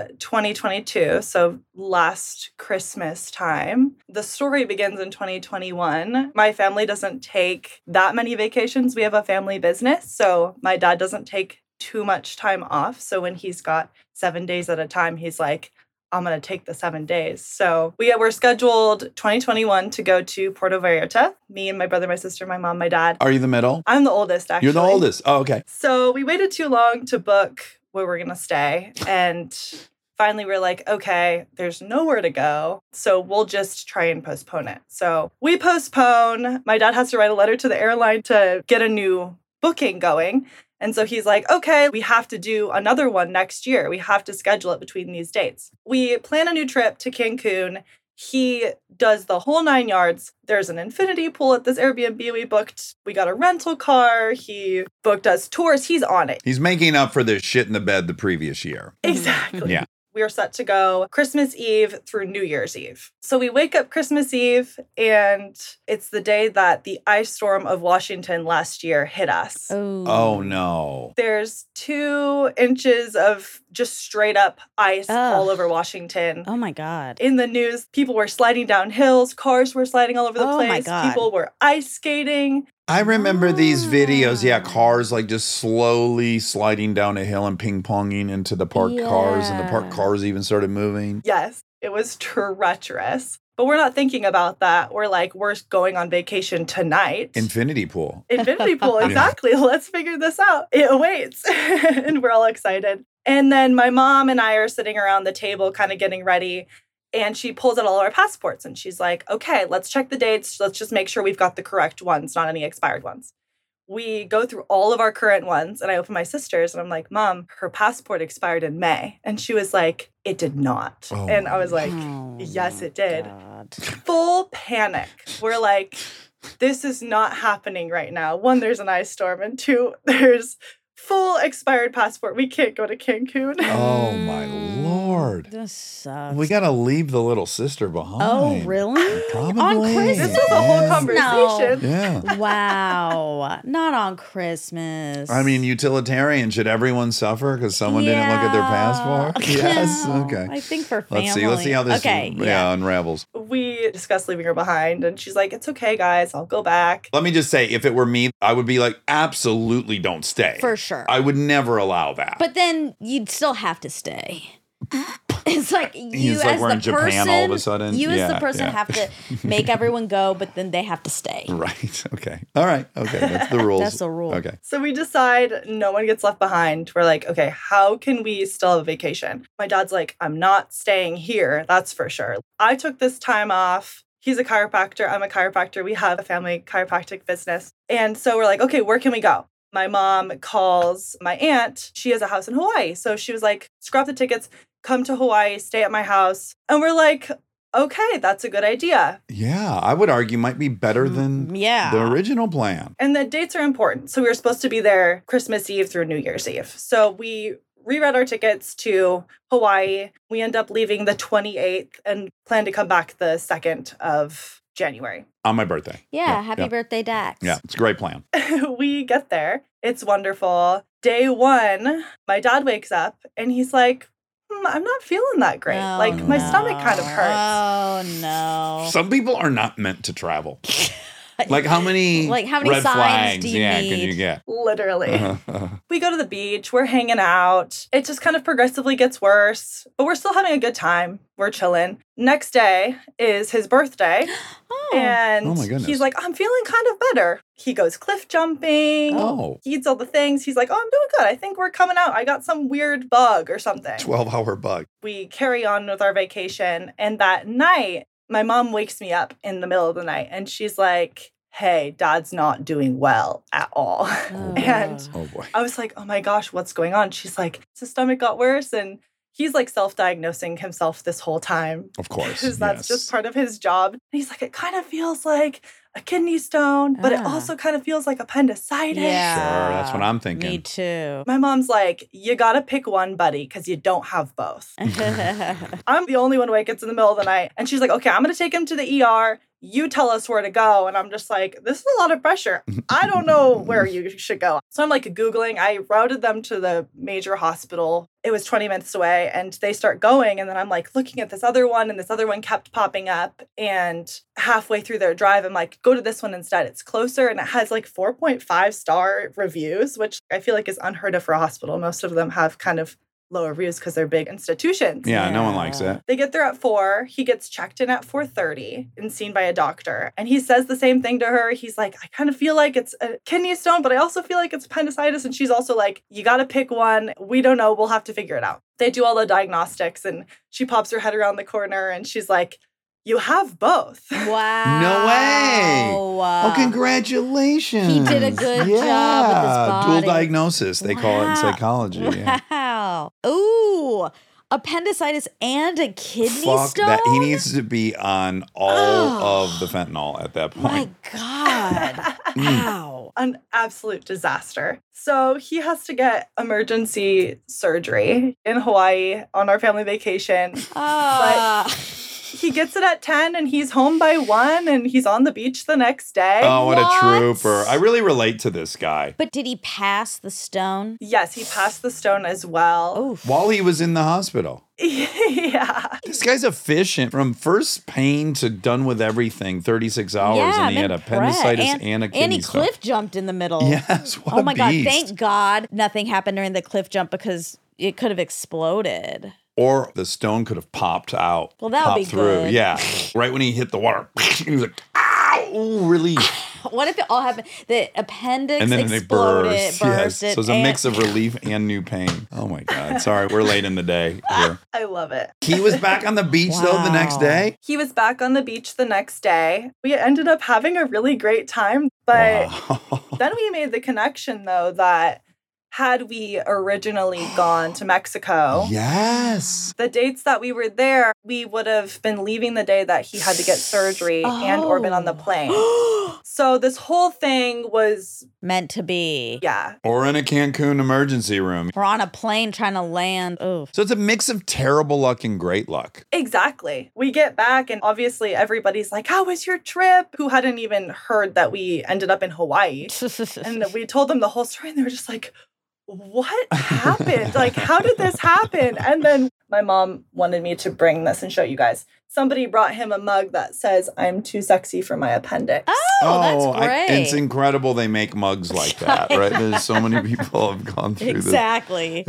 [SPEAKER 7] 2022. So last Christmas time. The story begins in 2021. My family doesn't take that many vacations. We have a family business. So my dad doesn't take too much time off. So when he's got seven days at a time, he's like, I'm going to take the seven days. So we were scheduled 2021 to go to Puerto Vallarta. Me and my brother, my sister, my mom, my dad.
[SPEAKER 1] Are you the middle?
[SPEAKER 7] I'm the oldest, actually.
[SPEAKER 1] Uh, You're the oldest. Oh, okay.
[SPEAKER 7] So we waited too long to book where we're going to stay. And finally, we're like, okay, there's nowhere to go. So we'll just try and postpone it. So we postpone. My dad has to write a letter to the airline to get a new booking going. And so he's like, okay, we have to do another one next year. We have to schedule it between these dates. We plan a new trip to Cancun. He does the whole nine yards. There's an infinity pool at this Airbnb we booked. We got a rental car. He booked us tours. He's on it.
[SPEAKER 1] He's making up for the shit in the bed the previous year.
[SPEAKER 2] Mm-hmm.
[SPEAKER 7] Exactly.
[SPEAKER 1] Yeah.
[SPEAKER 7] We are set to go Christmas Eve through New Year's Eve. So we wake up Christmas Eve, and it's the day that the ice storm of Washington last year hit us.
[SPEAKER 2] Oh.
[SPEAKER 1] Oh no.
[SPEAKER 7] There's two inches of just straight up ice
[SPEAKER 2] Ugh.
[SPEAKER 7] all over Washington.
[SPEAKER 2] Oh my God.
[SPEAKER 7] In the news, people were sliding down hills, cars were sliding all over the
[SPEAKER 2] Oh my
[SPEAKER 7] place,
[SPEAKER 2] God.
[SPEAKER 7] people were ice skating.
[SPEAKER 1] I remember these videos. Yeah,
[SPEAKER 2] Ah.
[SPEAKER 1] cars like just slowly sliding down a hill and ping ponging into the parked cars, and the parked
[SPEAKER 2] Yeah.
[SPEAKER 1] cars even started moving.
[SPEAKER 7] Yes, it was treacherous. But we're not thinking about that. We're like, we're going on vacation tonight.
[SPEAKER 1] Infinity pool.
[SPEAKER 7] Infinity Pool,
[SPEAKER 1] Yeah.
[SPEAKER 7] exactly. Let's figure this out. It awaits. and we're all excited. And then my mom and I are sitting around the table, kind of getting ready. And she pulls out all our passports and she's like, okay, let's check the dates. Let's just make sure we've got the correct ones, not any expired ones. We go through all of our current ones and I open my sister's and I'm like, Mom, her passport expired in May. And she was like, it did not.
[SPEAKER 1] Oh
[SPEAKER 7] and
[SPEAKER 1] my
[SPEAKER 7] I was like,
[SPEAKER 2] Oh
[SPEAKER 7] yes,
[SPEAKER 2] my
[SPEAKER 7] it did
[SPEAKER 2] God.
[SPEAKER 7] full panic. We're like, this is not happening right now. One, there's an ice storm, and two, there's full expired passport. We can't go to Cancun.
[SPEAKER 1] Oh my
[SPEAKER 2] Mm.
[SPEAKER 1] lord.
[SPEAKER 2] This sucks.
[SPEAKER 1] We gotta leave the little sister behind.
[SPEAKER 2] Oh, really?
[SPEAKER 1] Probably.
[SPEAKER 2] On Christmas?
[SPEAKER 7] This was a whole
[SPEAKER 1] Yeah.
[SPEAKER 7] conversation.
[SPEAKER 1] Yeah.
[SPEAKER 2] wow. Not on Christmas.
[SPEAKER 1] I mean, utilitarian. Should everyone suffer because someone didn't look at their passport?
[SPEAKER 2] Yeah.
[SPEAKER 1] Yes.
[SPEAKER 2] No.
[SPEAKER 1] Okay.
[SPEAKER 2] I think for family.
[SPEAKER 1] Let's see. Let's see how this
[SPEAKER 2] Okay.
[SPEAKER 1] yeah,
[SPEAKER 2] yeah.
[SPEAKER 1] unravels.
[SPEAKER 7] We discussed leaving her behind, and she's like, it's okay, guys, I'll go back.
[SPEAKER 1] Let me just say, if it were me, I would be like, absolutely don't stay.
[SPEAKER 2] For sure.
[SPEAKER 1] I would never allow that.
[SPEAKER 2] but then you'd still have to stay. It's like you
[SPEAKER 1] It's like
[SPEAKER 2] as
[SPEAKER 1] we're
[SPEAKER 2] the
[SPEAKER 1] in
[SPEAKER 2] person.
[SPEAKER 1] Japan all of a sudden.
[SPEAKER 2] You as
[SPEAKER 1] Yeah,
[SPEAKER 2] the person
[SPEAKER 1] yeah.
[SPEAKER 2] have to make everyone go, but then they have to stay.
[SPEAKER 1] right. Okay. All right. Okay. That's the rules.
[SPEAKER 2] That's the rule.
[SPEAKER 1] Okay.
[SPEAKER 7] So we decide no one gets left behind. We're like, okay, how can we still have a vacation? My dad's like, I'm not staying here, that's for sure. I took this time off. He's a chiropractor, I'm a chiropractor. We have a family chiropractic business. And so we're like, okay, where can we go? My mom calls my aunt. She has a house in Hawaii. So she was like, scrap the tickets, come to Hawaii, stay at my house. And we're like, okay, that's a good idea.
[SPEAKER 1] Yeah, I would argue might be better than
[SPEAKER 2] Mm, yeah.
[SPEAKER 1] the original plan.
[SPEAKER 7] And the dates are important. So we were supposed to be there Christmas Eve through New Year's Eve. So we reread our tickets to Hawaii. We end up leaving the 28th and plan to come back the 2nd of January.
[SPEAKER 1] On my birthday.
[SPEAKER 2] yeah, happy birthday, Dax.
[SPEAKER 1] Yeah, it's a great plan.
[SPEAKER 7] we get there. It's wonderful. Day one, my dad wakes up and he's like, "Hmm, I'm not feeling that great.
[SPEAKER 2] No,
[SPEAKER 7] like, my
[SPEAKER 2] Oh, no.
[SPEAKER 7] stomach kind of hurts.
[SPEAKER 2] Oh no!
[SPEAKER 1] Some people are not meant to travel. Like how many
[SPEAKER 2] Like, how many
[SPEAKER 1] red
[SPEAKER 2] signs
[SPEAKER 1] flags
[SPEAKER 2] do you
[SPEAKER 1] yeah,
[SPEAKER 2] need?
[SPEAKER 1] can you get?
[SPEAKER 7] Literally.
[SPEAKER 1] Uh-huh.
[SPEAKER 7] We go to the beach, we're hanging out. It just kind of progressively gets worse, but we're still having a good time. We're chilling. Next day is his birthday,
[SPEAKER 2] Oh.
[SPEAKER 7] and
[SPEAKER 1] Oh my goodness.
[SPEAKER 7] he's like, I'm feeling kind of better. He goes cliff jumping.
[SPEAKER 1] oh,
[SPEAKER 7] He eats all the things. He's like, Oh, I'm doing good. I think we're coming out. I got some weird bug or something.
[SPEAKER 1] 12 hour bug.
[SPEAKER 7] we carry on with our vacation. And that night, my mom wakes me up in the middle of the night and she's like, Hey, dad's not doing well at all.
[SPEAKER 2] Oh.
[SPEAKER 5] Uh,
[SPEAKER 7] And
[SPEAKER 1] Oh boy.
[SPEAKER 7] I was like, Oh my gosh, what's going on? She's like, His stomach got worse. And he's like self diagnosing himself this whole time
[SPEAKER 1] Of course.
[SPEAKER 7] because that's just
[SPEAKER 1] yes.
[SPEAKER 7] part of his job. And he's like, It kind of feels like a kidney stone, but it
[SPEAKER 2] Ah.
[SPEAKER 7] also kind of feels like appendicitis.
[SPEAKER 2] Yeah.
[SPEAKER 1] Sure, that's what I'm thinking.
[SPEAKER 2] me too.
[SPEAKER 7] My mom's like, You got to pick one, buddy, because you don't have both. I'm the only one awake. It's in the middle of the night. And she's like, okay, I'm going to take him to the ER. You tell us where to go. And I'm just like, this is a lot of pressure. I don't know where you should go. So I'm like Googling. I routed them to the major hospital. It was 20 minutes away and they start going. And then I'm like looking at this other one and this other one kept popping up. And halfway through their drive, I'm like, go to this one instead. It's closer and it has like 4.5 star reviews, which I feel like is unheard of for a hospital. Most of them have kind of low reviews because they're big institutions.
[SPEAKER 1] yeah, no one likes
[SPEAKER 2] Yeah.
[SPEAKER 1] it.
[SPEAKER 7] They get there at four. He gets checked in at four thirty and seen by a doctor. And he says the same thing to her. He's like, I kind of feel like it's a kidney stone, but I also feel like it's appendicitis. And she's also like, You got to pick one. We don't know. We'll have to figure it out. They do all the diagnostics, and she pops her head around the corner, and she's like, You have both.
[SPEAKER 2] wow.
[SPEAKER 1] way.
[SPEAKER 2] Wow.
[SPEAKER 1] oh, congratulations.
[SPEAKER 2] Uh, he did a good job with his body.
[SPEAKER 1] Dual diagnosis, they call it in
[SPEAKER 2] Wow.
[SPEAKER 1] psychology. Yeah.
[SPEAKER 2] Wow. Ooh. Appendicitis and a kidney
[SPEAKER 1] Fuck
[SPEAKER 2] stone.
[SPEAKER 1] that. He needs to be on all
[SPEAKER 2] Oh.
[SPEAKER 1] of the fentanyl at that
[SPEAKER 2] My
[SPEAKER 1] point.
[SPEAKER 2] God.
[SPEAKER 1] Mm.
[SPEAKER 2] wow.
[SPEAKER 7] an absolute disaster. So he has to get emergency surgery in Hawaii on our family vacation.
[SPEAKER 2] Uh,
[SPEAKER 7] he gets it at 10 and he's home by 1 and he's on the beach the next day.
[SPEAKER 1] oh, what,
[SPEAKER 2] What?
[SPEAKER 1] a trooper. I really relate to this guy.
[SPEAKER 2] but did he pass the stone?
[SPEAKER 7] Yes, he passed the stone as well.
[SPEAKER 2] Oh.
[SPEAKER 1] While he was in the hospital.
[SPEAKER 7] yeah.
[SPEAKER 1] This guy's efficient from first pain to done with everything, 36 hours,
[SPEAKER 2] yeah,
[SPEAKER 1] and he had
[SPEAKER 2] I'm impressed.
[SPEAKER 1] appendicitis and,
[SPEAKER 2] and,
[SPEAKER 1] a kidney
[SPEAKER 2] and he
[SPEAKER 1] stone.
[SPEAKER 2] cliff jumped in the middle.
[SPEAKER 1] Yes, what
[SPEAKER 2] oh
[SPEAKER 1] a
[SPEAKER 2] my god!
[SPEAKER 1] beast.
[SPEAKER 2] Thank God nothing happened during the cliff jump because it could have exploded.
[SPEAKER 1] Or the stone could have popped out.
[SPEAKER 2] Well, that would
[SPEAKER 1] popped
[SPEAKER 2] be
[SPEAKER 1] through.
[SPEAKER 2] good.
[SPEAKER 1] Yeah. right when he hit the water. he was like, ow, ooh, relief.
[SPEAKER 2] What if it all happened? The appendix
[SPEAKER 1] and then it
[SPEAKER 2] exploded,
[SPEAKER 1] burst. yes.
[SPEAKER 2] burst it,
[SPEAKER 1] so it's a
[SPEAKER 2] and-
[SPEAKER 1] mix of relief and new pain. Oh my God. Sorry, we're late in the day. here.
[SPEAKER 7] I love it.
[SPEAKER 1] He was back on the beach though the next
[SPEAKER 2] Wow.
[SPEAKER 1] day.
[SPEAKER 7] He was back on the beach the next day. We ended up having a really great time, but
[SPEAKER 1] Wow.
[SPEAKER 7] then we made the connection though that had we originally gone to Mexico,
[SPEAKER 1] Yes.
[SPEAKER 7] the dates that we were there, we would have been leaving the day that he had to get surgery and or been on the
[SPEAKER 2] Oh.
[SPEAKER 7] plane. so this whole thing was
[SPEAKER 2] meant to be.
[SPEAKER 7] yeah.
[SPEAKER 1] Or in a Cancun emergency room.
[SPEAKER 2] We're on a plane trying to land. Oh,
[SPEAKER 1] So it's a mix of terrible luck and great luck.
[SPEAKER 7] Exactly. We get back, and obviously, everybody's like, How was your trip? Who hadn't even heard that we ended up in Hawaii. And we told them the whole story, and they were just like, What happened? like, how did this happen? And then my mom wanted me to bring this and show you guys. Somebody brought him a mug that says, I'm too sexy for my appendix.
[SPEAKER 2] oh,
[SPEAKER 1] I-
[SPEAKER 2] that's
[SPEAKER 1] it's
[SPEAKER 2] great.
[SPEAKER 1] incredible they make mugs like that, right? There's so many people have gone through
[SPEAKER 2] exactly.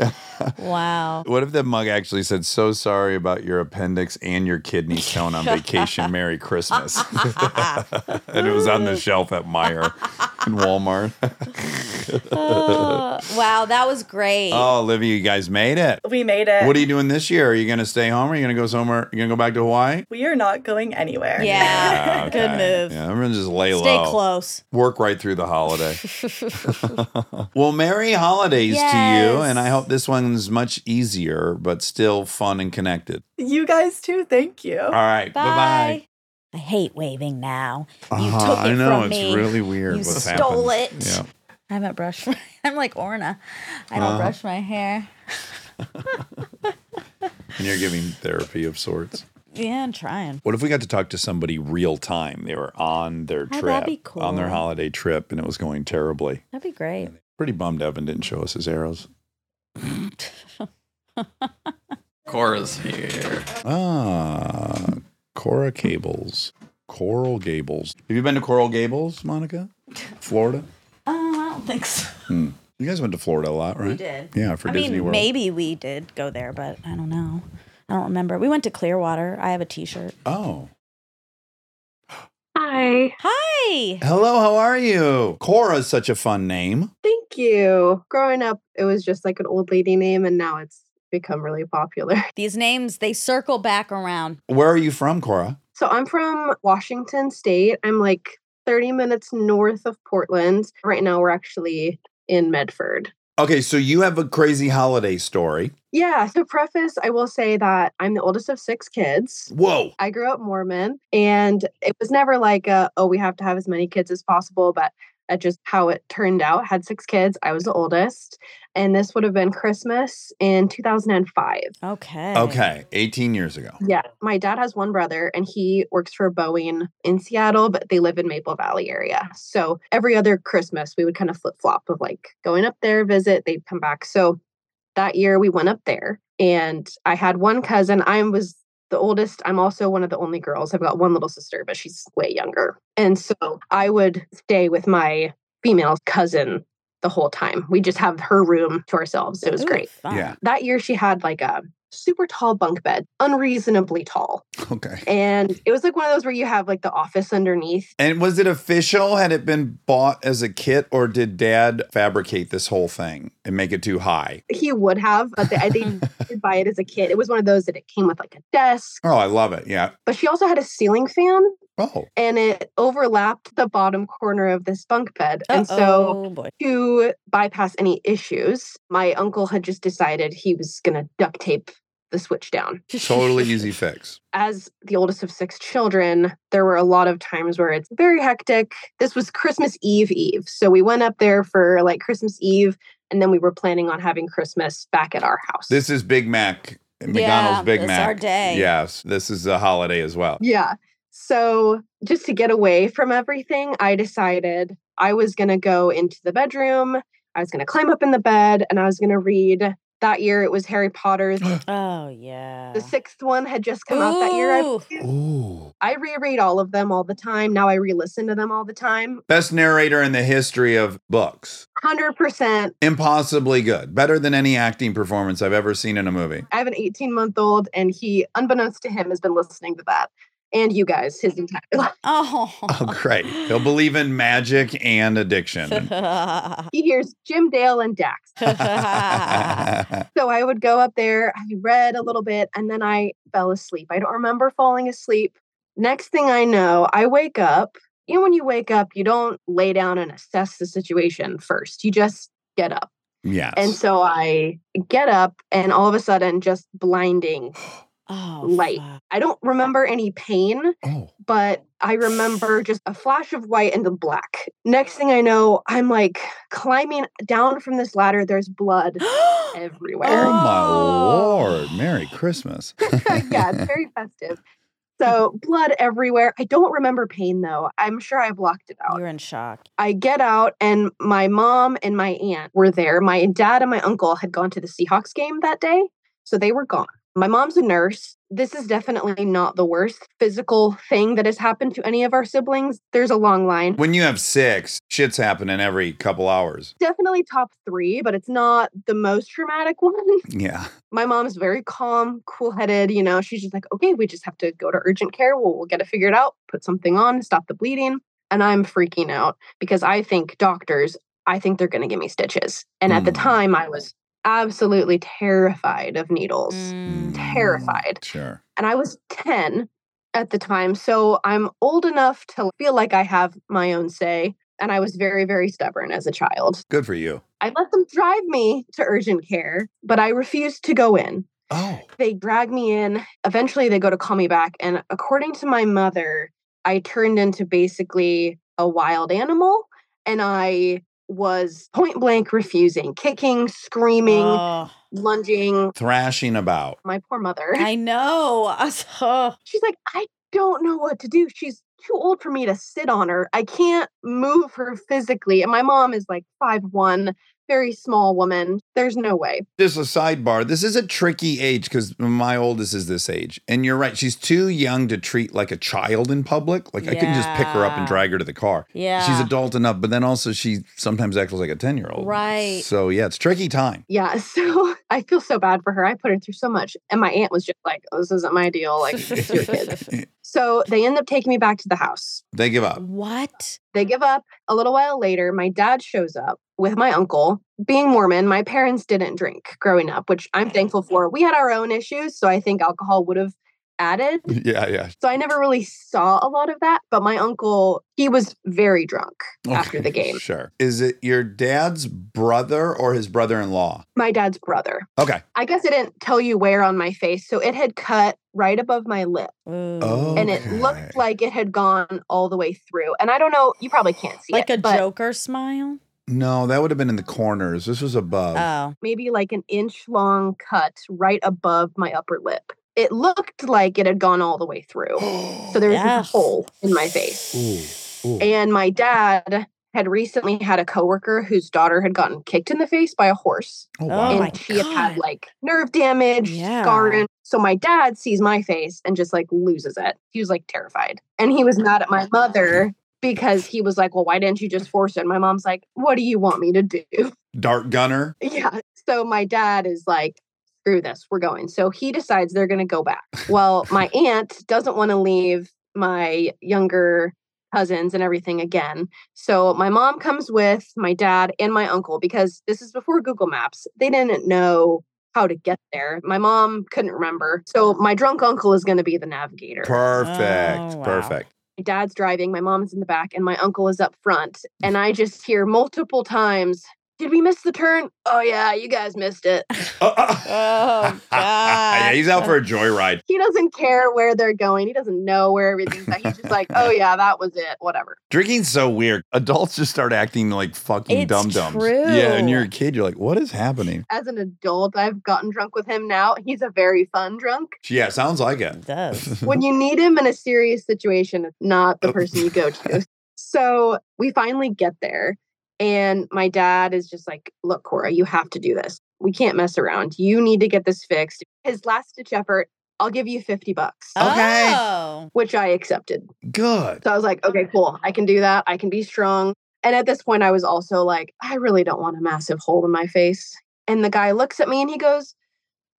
[SPEAKER 2] wow.
[SPEAKER 1] this. What if that mug actually said, "So sorry about your appendix and your kidney stone on vacation. Merry Christmas." and it was on the shelf at Meyer in Walmart.
[SPEAKER 2] Oh, wow, that was great.
[SPEAKER 1] oh, Olivia, you guys made it.
[SPEAKER 7] We made it.
[SPEAKER 1] What are you doing this year? Are you going to stay home? Or are you going to go somewhere? You're going to go back to Hawaii?
[SPEAKER 7] We are not going anywhere.
[SPEAKER 2] Yeah.
[SPEAKER 1] Ah,
[SPEAKER 2] Good
[SPEAKER 1] okay.
[SPEAKER 2] move.
[SPEAKER 1] Yeah, everyone just lay
[SPEAKER 2] Stay
[SPEAKER 1] low.
[SPEAKER 2] close.
[SPEAKER 1] Work right through the holiday. well, merry holidays to you,
[SPEAKER 2] Yes.
[SPEAKER 1] and I hope this one's much easier, but still fun and connected.
[SPEAKER 7] You guys too. Thank you.
[SPEAKER 1] All right, bye bye.
[SPEAKER 2] Bye. I hate waving now. You
[SPEAKER 1] Ah,
[SPEAKER 2] took it
[SPEAKER 1] I know
[SPEAKER 2] from
[SPEAKER 1] it's
[SPEAKER 2] me.
[SPEAKER 1] really weird.
[SPEAKER 2] You
[SPEAKER 1] what's
[SPEAKER 2] stole
[SPEAKER 1] happened.
[SPEAKER 2] it.
[SPEAKER 1] Yeah.
[SPEAKER 2] I haven't brushed. My, I'm like Orna. I don't
[SPEAKER 1] Uh-huh.
[SPEAKER 2] brush my hair.
[SPEAKER 1] and you're giving therapy of sorts.
[SPEAKER 2] Yeah, I'm trying.
[SPEAKER 1] What if we got to talk to somebody real time? They were on their
[SPEAKER 2] Oh,
[SPEAKER 1] trip,
[SPEAKER 2] that'd be
[SPEAKER 1] on their
[SPEAKER 2] cool.
[SPEAKER 1] holiday trip, and it was going terribly.
[SPEAKER 2] That'd be great.
[SPEAKER 1] Pretty bummed Evan didn't show us his arrows.
[SPEAKER 2] Um,
[SPEAKER 3] Cora's here.
[SPEAKER 1] Ah, Cora Cables, Coral Gables. Have you been to Coral Gables, Monica? Florida.
[SPEAKER 2] Um, I don't think so.
[SPEAKER 1] You guys went to Florida a lot, right?
[SPEAKER 2] We did.
[SPEAKER 1] Yeah, for
[SPEAKER 2] I
[SPEAKER 1] Disney
[SPEAKER 2] mean,
[SPEAKER 1] World.
[SPEAKER 2] maybe we did go there, but I don't know. I don't remember. We went to Clearwater. I have a T-shirt.
[SPEAKER 1] Oh,
[SPEAKER 5] Hi.
[SPEAKER 2] Hi.
[SPEAKER 1] hello. How are you? Cora's such a fun name.
[SPEAKER 9] Thank you. Growing up, it was just like an old lady name, and now it's become really popular.
[SPEAKER 2] These names they circle back around.
[SPEAKER 1] Where are you from, Cora?
[SPEAKER 9] So I'm from Washington State. I'm like 30 minutes north of Portland. Right now, we're actually in Medford.
[SPEAKER 1] Okay, so you have a crazy holiday story.
[SPEAKER 9] Yeah. So, preface, I will say that I'm the oldest of six kids.
[SPEAKER 1] Whoa.
[SPEAKER 9] I grew up Mormon, and it was never like, a, oh, we have to have as many kids as possible, but that's just how it turned out. Had six kids. I was the oldest. And this would have been Christmas in 2005.
[SPEAKER 2] Okay.
[SPEAKER 1] Okay, 18 years ago.
[SPEAKER 9] Yeah, my dad has one brother and he works for Boeing in Seattle, but they live in Maple Valley area. So every other Christmas, we would kind of flip flop of like going up there, visit, they'd come back. So that year we went up there and I had one cousin. I was the oldest. I'm also one of the only girls. I've got one little sister, but she's way younger. And so I would stay with my female cousin the whole time. We just have her room to ourselves. It was
[SPEAKER 2] Ooh,
[SPEAKER 9] great.
[SPEAKER 2] fun.
[SPEAKER 1] Yeah.
[SPEAKER 9] That year she had like a super tall bunk bed, unreasonably tall.
[SPEAKER 1] Okay.
[SPEAKER 9] And it was like one of those where you have like the office underneath.
[SPEAKER 1] And was it official? Had it been bought as a kit, or did Dad fabricate this whole thing and make it too high?
[SPEAKER 9] He would have, but they, I think he did buy it as a kid. It was one of those that it came with like a desk,
[SPEAKER 1] Oh, I love it. Yeah.
[SPEAKER 9] but she also had a ceiling fan
[SPEAKER 1] Oh,
[SPEAKER 9] and it overlapped the bottom corner of this bunk bed. And so
[SPEAKER 2] oh boy.
[SPEAKER 9] to bypass any issues, my uncle had just decided he was going to duct tape the switch down.
[SPEAKER 1] totally easy fix.
[SPEAKER 9] as the oldest of six children, there were a lot of times where it's very hectic. This was Christmas Eve Eve. So we went up there for like Christmas Eve and then we were planning on having Christmas back at our house.
[SPEAKER 1] This is Big Mac, McDonald's
[SPEAKER 2] Yeah,
[SPEAKER 1] Big
[SPEAKER 2] it's
[SPEAKER 1] Mac.
[SPEAKER 2] our day.
[SPEAKER 1] Yes, this is a holiday as well.
[SPEAKER 9] yeah. So just to get away from everything, I decided I was going to go into the bedroom. I was going to climb up in the bed and I was going to read. That year it was Harry Potter's.
[SPEAKER 2] Oh yeah.
[SPEAKER 9] The sixth one had just come out that year. I
[SPEAKER 2] Ooh.
[SPEAKER 9] believe.
[SPEAKER 1] Ooh.
[SPEAKER 9] I reread all of them all the time. Now I re listen to them all the time.
[SPEAKER 1] Best narrator in the history of books.
[SPEAKER 9] 100%.
[SPEAKER 1] Impossibly good. Better than any acting performance I've ever seen in a movie.
[SPEAKER 9] I have an 18 month old, and he, unbeknownst to him, has been listening to that and you guys his entire life.
[SPEAKER 2] Oh.
[SPEAKER 1] Oh, great. He'll believe in magic and addiction.
[SPEAKER 9] He hears Jim Dale and Dax. So I would go up there, I read a little bit, and then I fell asleep. I don't remember falling asleep. Next thing I know, I wake up. You know, when you wake up, you don't lay down and assess the situation first, you just get up.
[SPEAKER 1] yes.
[SPEAKER 9] And so I get up, and all of a sudden, just blinding.
[SPEAKER 2] oh,
[SPEAKER 9] Light.
[SPEAKER 2] fuck.
[SPEAKER 9] I don't remember any pain.
[SPEAKER 1] oh.
[SPEAKER 9] but I remember just a flash of white and the black. Next thing I know, I'm like climbing down from this ladder. There's blood
[SPEAKER 1] Oh
[SPEAKER 9] everywhere.
[SPEAKER 1] my
[SPEAKER 2] Oh.
[SPEAKER 1] lord. Merry Christmas.
[SPEAKER 9] yeah, it's very festive. So, blood everywhere. I don't remember pain though. I'm sure I blocked it out.
[SPEAKER 2] You're in shock.
[SPEAKER 9] I get out, and my mom and my aunt were there. My dad and my uncle had gone to the Seahawks game that day, so they were gone. My mom's a nurse. This is definitely not the worst physical thing that has happened to any of our siblings. There's a long line.
[SPEAKER 1] When you have six, shit's happening every couple hours.
[SPEAKER 9] definitely top three, but it's not the most traumatic one.
[SPEAKER 1] Yeah.
[SPEAKER 9] My mom's very calm, cool headed. You know, she's just like, okay, we just have to go to urgent care. We'll, we'll get it figured out, put something on, stop the bleeding. And I'm freaking out because I think doctors, I think they're going to give me stitches. And at the
[SPEAKER 1] Mm.
[SPEAKER 9] time, I was absolutely terrified of needles.
[SPEAKER 2] Mm.
[SPEAKER 9] Terrified.
[SPEAKER 1] Sure.
[SPEAKER 9] And I was 10 at the time. So I'm old enough to feel like I have my own say. And I was very, very stubborn as a child.
[SPEAKER 1] Good for you.
[SPEAKER 9] I let them drive me to urgent care, but I refused to go in.
[SPEAKER 1] Oh.
[SPEAKER 9] They drag me in. Eventually, they go to call me back. And according to my mother, I turned into basically a wild animal. And I was point blank refusing, kicking, screaming,
[SPEAKER 2] Oh,
[SPEAKER 9] lunging.
[SPEAKER 1] Thrashing about.
[SPEAKER 9] My poor mother.
[SPEAKER 2] I know. I was- oh.
[SPEAKER 9] She's like, I don't know what to do. She's too old for me to sit on her. I can't move her physically. And my mom is like five one, very small woman. There's no way.
[SPEAKER 1] Just a sidebar. This is a tricky age because my oldest is this age. And you're right. She's too young to treat like a child in public. Like I couldn't just pick her up and
[SPEAKER 2] Yeah.
[SPEAKER 1] drag her to the car.
[SPEAKER 2] Yeah.
[SPEAKER 1] She's adult enough, but then also she sometimes acts like a 10 year old.
[SPEAKER 2] Right.
[SPEAKER 1] So yeah, it's tricky time.
[SPEAKER 9] Yeah. So I feel so bad for her. I put her through so much. And my aunt was just like, oh, this isn't my deal. Like, it's your kids. So they end up taking me back to the house.
[SPEAKER 1] They give up.
[SPEAKER 2] What?
[SPEAKER 9] They give up. A little while later, my dad shows up with my uncle. Being Mormon, my parents didn't drink growing up, which I'm thankful for. We had our own issues. So I think alcohol would have added.
[SPEAKER 2] Mm.
[SPEAKER 1] Yeah, yeah.
[SPEAKER 9] So I never really saw a lot of that. But my uncle, he was very drunk after
[SPEAKER 1] Okay,
[SPEAKER 9] the game.
[SPEAKER 1] Sure. Is it your dad's brother or his brother in law?
[SPEAKER 9] My dad's brother.
[SPEAKER 1] Okay.
[SPEAKER 9] I guess I didn't tell you where on my face. So it had cut right above my lip
[SPEAKER 2] Ooh.
[SPEAKER 1] Oh.
[SPEAKER 9] and it looked like it had gone all the way through. And I don't know, you probably can't see
[SPEAKER 2] like
[SPEAKER 9] it,
[SPEAKER 2] a
[SPEAKER 9] but
[SPEAKER 2] Joker smile.
[SPEAKER 1] No, that would have been in the corners. This was above.
[SPEAKER 2] Oh,
[SPEAKER 9] maybe like an inch long cut right above my upper lip. It looked like it had gone all the way through. So there was
[SPEAKER 2] Yeah.
[SPEAKER 9] this hole in my face.
[SPEAKER 1] Ooh, ooh.
[SPEAKER 9] And my dad had recently had a coworker whose daughter had gotten kicked in the face by a horse.
[SPEAKER 1] oh,
[SPEAKER 2] Oh,
[SPEAKER 9] and
[SPEAKER 2] my
[SPEAKER 9] she had had
[SPEAKER 2] God.
[SPEAKER 9] like nerve damage,
[SPEAKER 2] Yeah.
[SPEAKER 9] scarring. So my dad sees my face and just like loses it. He was like terrified. And he was mad at my mother because he was like, Well, why didn't you just force it? And my mom's like, What do you want me to do?
[SPEAKER 1] Dart gunner.
[SPEAKER 9] Yeah. So my dad is like, screw this, we're going. So he decides they're going to go back. Well, my aunt doesn't want to leave my younger cousins and everything again. So my mom comes with my dad and my uncle because this is before Google Maps. They didn't know how to get there. My mom couldn't remember. So my drunk uncle is going to be the navigator.
[SPEAKER 1] Perfect.
[SPEAKER 2] Oh, wow.
[SPEAKER 1] Perfect.
[SPEAKER 9] My dad's driving, my mom's in the back, and my uncle is up front. And I just hear multiple times, Did we miss the turn? Oh, yeah, you guys missed it.
[SPEAKER 1] Uh, uh.
[SPEAKER 2] Oh,
[SPEAKER 1] yeah,
[SPEAKER 2] God.
[SPEAKER 1] he's out for a joyride.
[SPEAKER 9] He doesn't care where they're going. He doesn't know where everything's at. He's just like, Oh, yeah, that was it. Whatever.
[SPEAKER 1] Drinking's so weird. Adults just start acting like fucking
[SPEAKER 2] It's
[SPEAKER 1] dum dums.
[SPEAKER 2] true.
[SPEAKER 1] Yeah, and you're a kid. You're like, what is happening?
[SPEAKER 9] As an adult, I've gotten drunk with him now. He's a very fun drunk.
[SPEAKER 1] Yeah, sounds like it.
[SPEAKER 2] It does.
[SPEAKER 9] When you need him in a serious situation, it's not the
[SPEAKER 1] Oh.
[SPEAKER 9] person you go to. So we finally get there. And my dad is just like, Look, Cora, you have to do this. We can't mess around. You need to get this fixed. His last ditch effort, I'll give you 50 bucks,
[SPEAKER 1] Okay.
[SPEAKER 2] Oh.
[SPEAKER 9] which I accepted.
[SPEAKER 1] Good.
[SPEAKER 9] So I was like, okay, cool. I can do that. I can be strong. And at this point, I was also like, I really don't want a massive hole in my face. And the guy looks at me and he goes,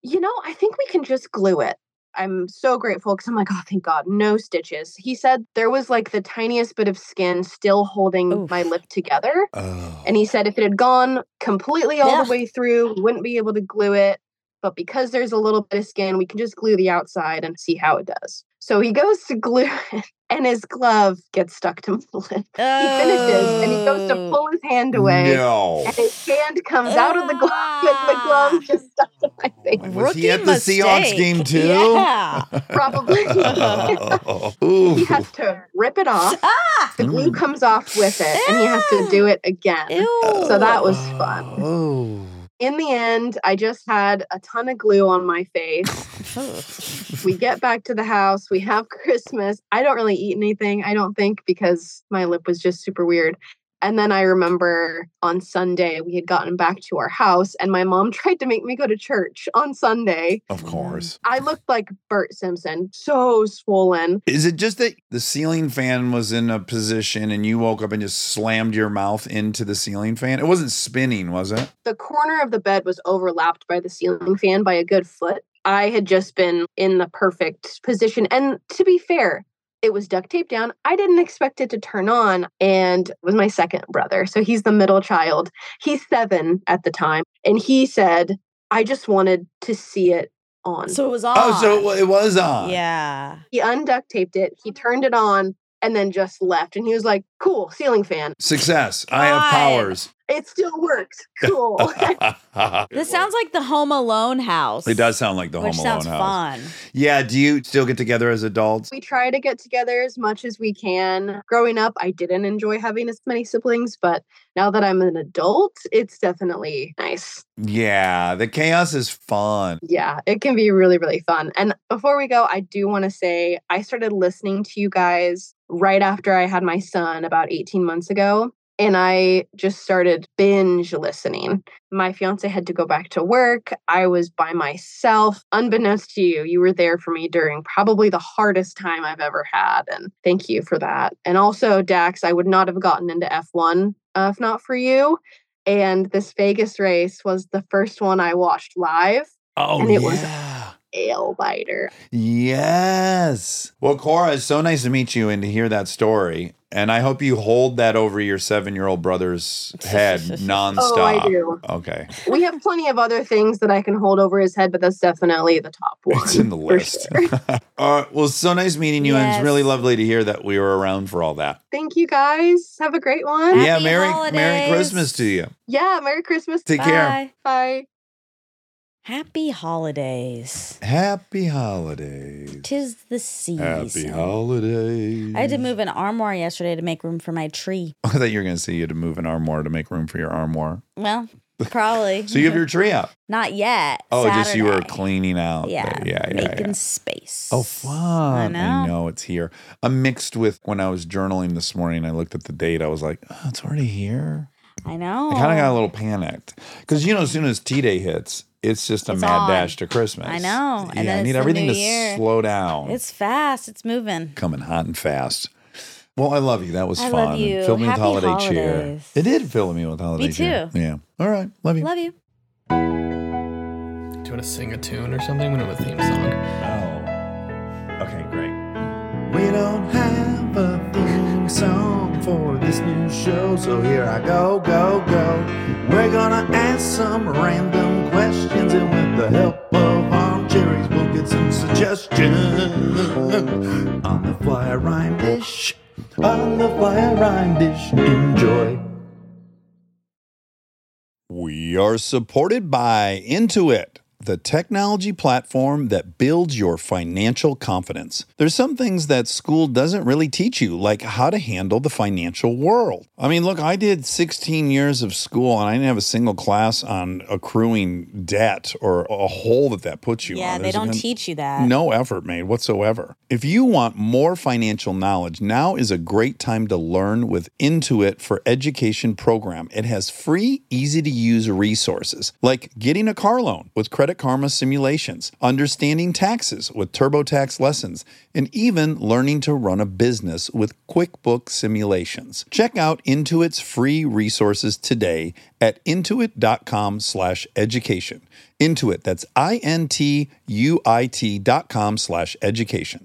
[SPEAKER 9] You know, I think we can just glue it. I'm so grateful because I'm like, oh, thank God, no stitches. He said there was like the tiniest bit of skin still holding
[SPEAKER 2] Oof.
[SPEAKER 9] my lip together.
[SPEAKER 1] Oh.
[SPEAKER 9] And he said if it had gone completely all
[SPEAKER 2] Yeah.
[SPEAKER 9] the way through, we wouldn't be able to glue it. But because there's a little bit of skin, we can just glue the outside and see how it does. So he goes to glue it, and his glove gets stuck to my lip. He finishes and he goes to
[SPEAKER 2] Oh.
[SPEAKER 9] pull his hand away.
[SPEAKER 1] No.
[SPEAKER 9] And his hand comes out of the glove, and the
[SPEAKER 2] Ah.
[SPEAKER 9] glove just stuck to my face.
[SPEAKER 1] Was he
[SPEAKER 2] Rookie
[SPEAKER 1] at the Seahawks
[SPEAKER 2] mistake.
[SPEAKER 1] game too?
[SPEAKER 2] Yeah.
[SPEAKER 9] Probably.
[SPEAKER 1] Ooh.
[SPEAKER 9] He has to rip it off.
[SPEAKER 2] ah!
[SPEAKER 9] The glue
[SPEAKER 1] Mm.
[SPEAKER 9] comes off with it, and he has to do it again.
[SPEAKER 1] Uh,
[SPEAKER 2] Ew.
[SPEAKER 9] So that was fun.
[SPEAKER 1] Oh.
[SPEAKER 9] in the end, I just had a ton of glue on my face. we get back to the house. We have Christmas. I don't really eat anything, I don't think, because my lip was just super weird. And then I remember on Sunday, we had gotten back to our house, and my mom tried to make me go to church on Sunday.
[SPEAKER 1] Of course.
[SPEAKER 9] I looked like Bert Simpson, so swollen.
[SPEAKER 1] Is it just that the ceiling fan was in a position and you woke up and just slammed your mouth into the ceiling fan? It wasn't spinning, was it?
[SPEAKER 9] The corner of the bed was overlapped by the ceiling fan by a good foot. I had just been in the perfect position. And to be fair, It was duct taped down. I didn't expect it to turn on. And it was my second brother. So he's the middle child. He's seven at the time. And he said, I just wanted to see it on.
[SPEAKER 2] So it was on.
[SPEAKER 1] Oh, so it wa- it was on.
[SPEAKER 2] Ah. yeah.
[SPEAKER 9] he unduct taped it, he turned it on, and then just left. And he was like, cool, ceiling fan.
[SPEAKER 1] Success. I have
[SPEAKER 2] God.
[SPEAKER 1] powers.
[SPEAKER 9] It still works. Cool.
[SPEAKER 2] This sounds like the Home Alone house.
[SPEAKER 1] It does sound like the
[SPEAKER 2] which
[SPEAKER 1] Home Alone
[SPEAKER 2] sounds
[SPEAKER 1] house.
[SPEAKER 2] fun.
[SPEAKER 1] Yeah. Do you still get together as adults?
[SPEAKER 9] we try to get together as much as we can. Growing up, I didn't enjoy having as many siblings, but now that I'm an adult, it's definitely nice.
[SPEAKER 1] Yeah. The chaos is fun.
[SPEAKER 9] Yeah, it can be really, really fun. And before we go, I do want to say I started listening to you guys right after I had my son about 18 months ago. And I just started binge listening. My fiance had to go back to work. I was by myself. Unbeknownst to you, you were there for me during probably the hardest time I've ever had. And thank you for that. And also, Dax, I would not have gotten into F1 uh, if not for you. And this Vegas race was the first one I watched live
[SPEAKER 1] Oh,
[SPEAKER 9] And it was-
[SPEAKER 1] yeah.
[SPEAKER 9] ale biter.
[SPEAKER 1] Yes. Well, Cora, it's so nice to meet you and to hear that story. And I hope you hold that over your seven year old brother's head nonstop.
[SPEAKER 9] Oh, I do.
[SPEAKER 1] Okay.
[SPEAKER 9] We have plenty of other things that I can hold over his head, but that's definitely the top one.
[SPEAKER 1] It's in the
[SPEAKER 9] for
[SPEAKER 1] list.
[SPEAKER 9] sure.
[SPEAKER 1] all right. Well, so nice meeting you. And it's
[SPEAKER 2] Yes.
[SPEAKER 1] really lovely to hear that we were around for all that.
[SPEAKER 9] Thank you guys. Have a great one.
[SPEAKER 2] Happy
[SPEAKER 1] yeah. Merry, Merry
[SPEAKER 2] holidays.
[SPEAKER 1] Christmas to you.
[SPEAKER 9] Yeah, Merry Christmas.
[SPEAKER 1] Take care.
[SPEAKER 2] Bye.
[SPEAKER 9] Bye.
[SPEAKER 2] Happy holidays.
[SPEAKER 1] Happy holidays.
[SPEAKER 2] Tis the season.
[SPEAKER 1] Happy holidays.
[SPEAKER 2] I had to move an armoire yesterday to make room for my tree.
[SPEAKER 1] I thought you were going to say you had to move an armoire to make room for your armoire.
[SPEAKER 2] Well, probably.
[SPEAKER 1] So you have your tree up.
[SPEAKER 2] not yet.
[SPEAKER 1] Oh, just you were
[SPEAKER 2] Saturday.
[SPEAKER 1] cleaning out. the-
[SPEAKER 2] Yeah,
[SPEAKER 1] yeah, yeah,
[SPEAKER 2] making
[SPEAKER 1] yeah.
[SPEAKER 2] space.
[SPEAKER 1] Oh, fun!
[SPEAKER 2] know.
[SPEAKER 1] it's here. I'm mixed with when I was journaling this morning. I looked at the date. I was like, oh, it's already here.
[SPEAKER 2] I know.
[SPEAKER 1] I kind of got a little panicked because you know, as soon as T Day hits, it's just a
[SPEAKER 2] It's
[SPEAKER 1] mad
[SPEAKER 2] on.
[SPEAKER 1] dash to Christmas.
[SPEAKER 2] I know, and
[SPEAKER 1] yeah,
[SPEAKER 2] then
[SPEAKER 1] I
[SPEAKER 2] it's
[SPEAKER 1] need
[SPEAKER 2] the
[SPEAKER 1] everything
[SPEAKER 2] new
[SPEAKER 1] to
[SPEAKER 2] year.
[SPEAKER 1] slow down. It's
[SPEAKER 2] It's fast. It's moving.
[SPEAKER 1] coming hot and fast. Well, I love you. That was
[SPEAKER 2] I
[SPEAKER 1] fun.
[SPEAKER 2] love
[SPEAKER 1] and
[SPEAKER 2] you.
[SPEAKER 1] Filled me
[SPEAKER 2] Happy
[SPEAKER 1] with holiday
[SPEAKER 2] holidays.
[SPEAKER 1] cheer. It did fill me with holiday cheer.
[SPEAKER 2] too.
[SPEAKER 1] Yeah. All right. Love you.
[SPEAKER 2] Love you.
[SPEAKER 3] Do you want to sing a tune or something? We don't have a theme song.
[SPEAKER 1] Oh. Okay, great. We don't have a theme song for this new show, so here I go, go, go. We're gonna ask some random questions, and with the help of our cherries, we'll get some suggestions. On the fly, I rhyme dish. On the fly, I rhyme dish. Enjoy. We are supported by Intuit, the technology platform that builds your financial confidence. There's some things that school doesn't really teach you, like how to handle the financial world. I mean, look, I did 16 years of school and I didn't have a single class on accruing debt or a hole that that puts you
[SPEAKER 2] Yeah,
[SPEAKER 1] on.
[SPEAKER 2] they
[SPEAKER 1] There's
[SPEAKER 2] don't
[SPEAKER 1] been-
[SPEAKER 2] teach you that.
[SPEAKER 1] no effort made whatsoever. If you want more financial knowledge, now is a great time to learn with Intuit for Education program. It has free, easy to use resources like getting a car loan with Credit Karma simulations, understanding taxes with TurboTax lessons, and even learning to run a business with QuickBooks simulations. Check out Intuit's free resources today at intuit.com/education. Intuit. That's I N T U I T dot com slash education.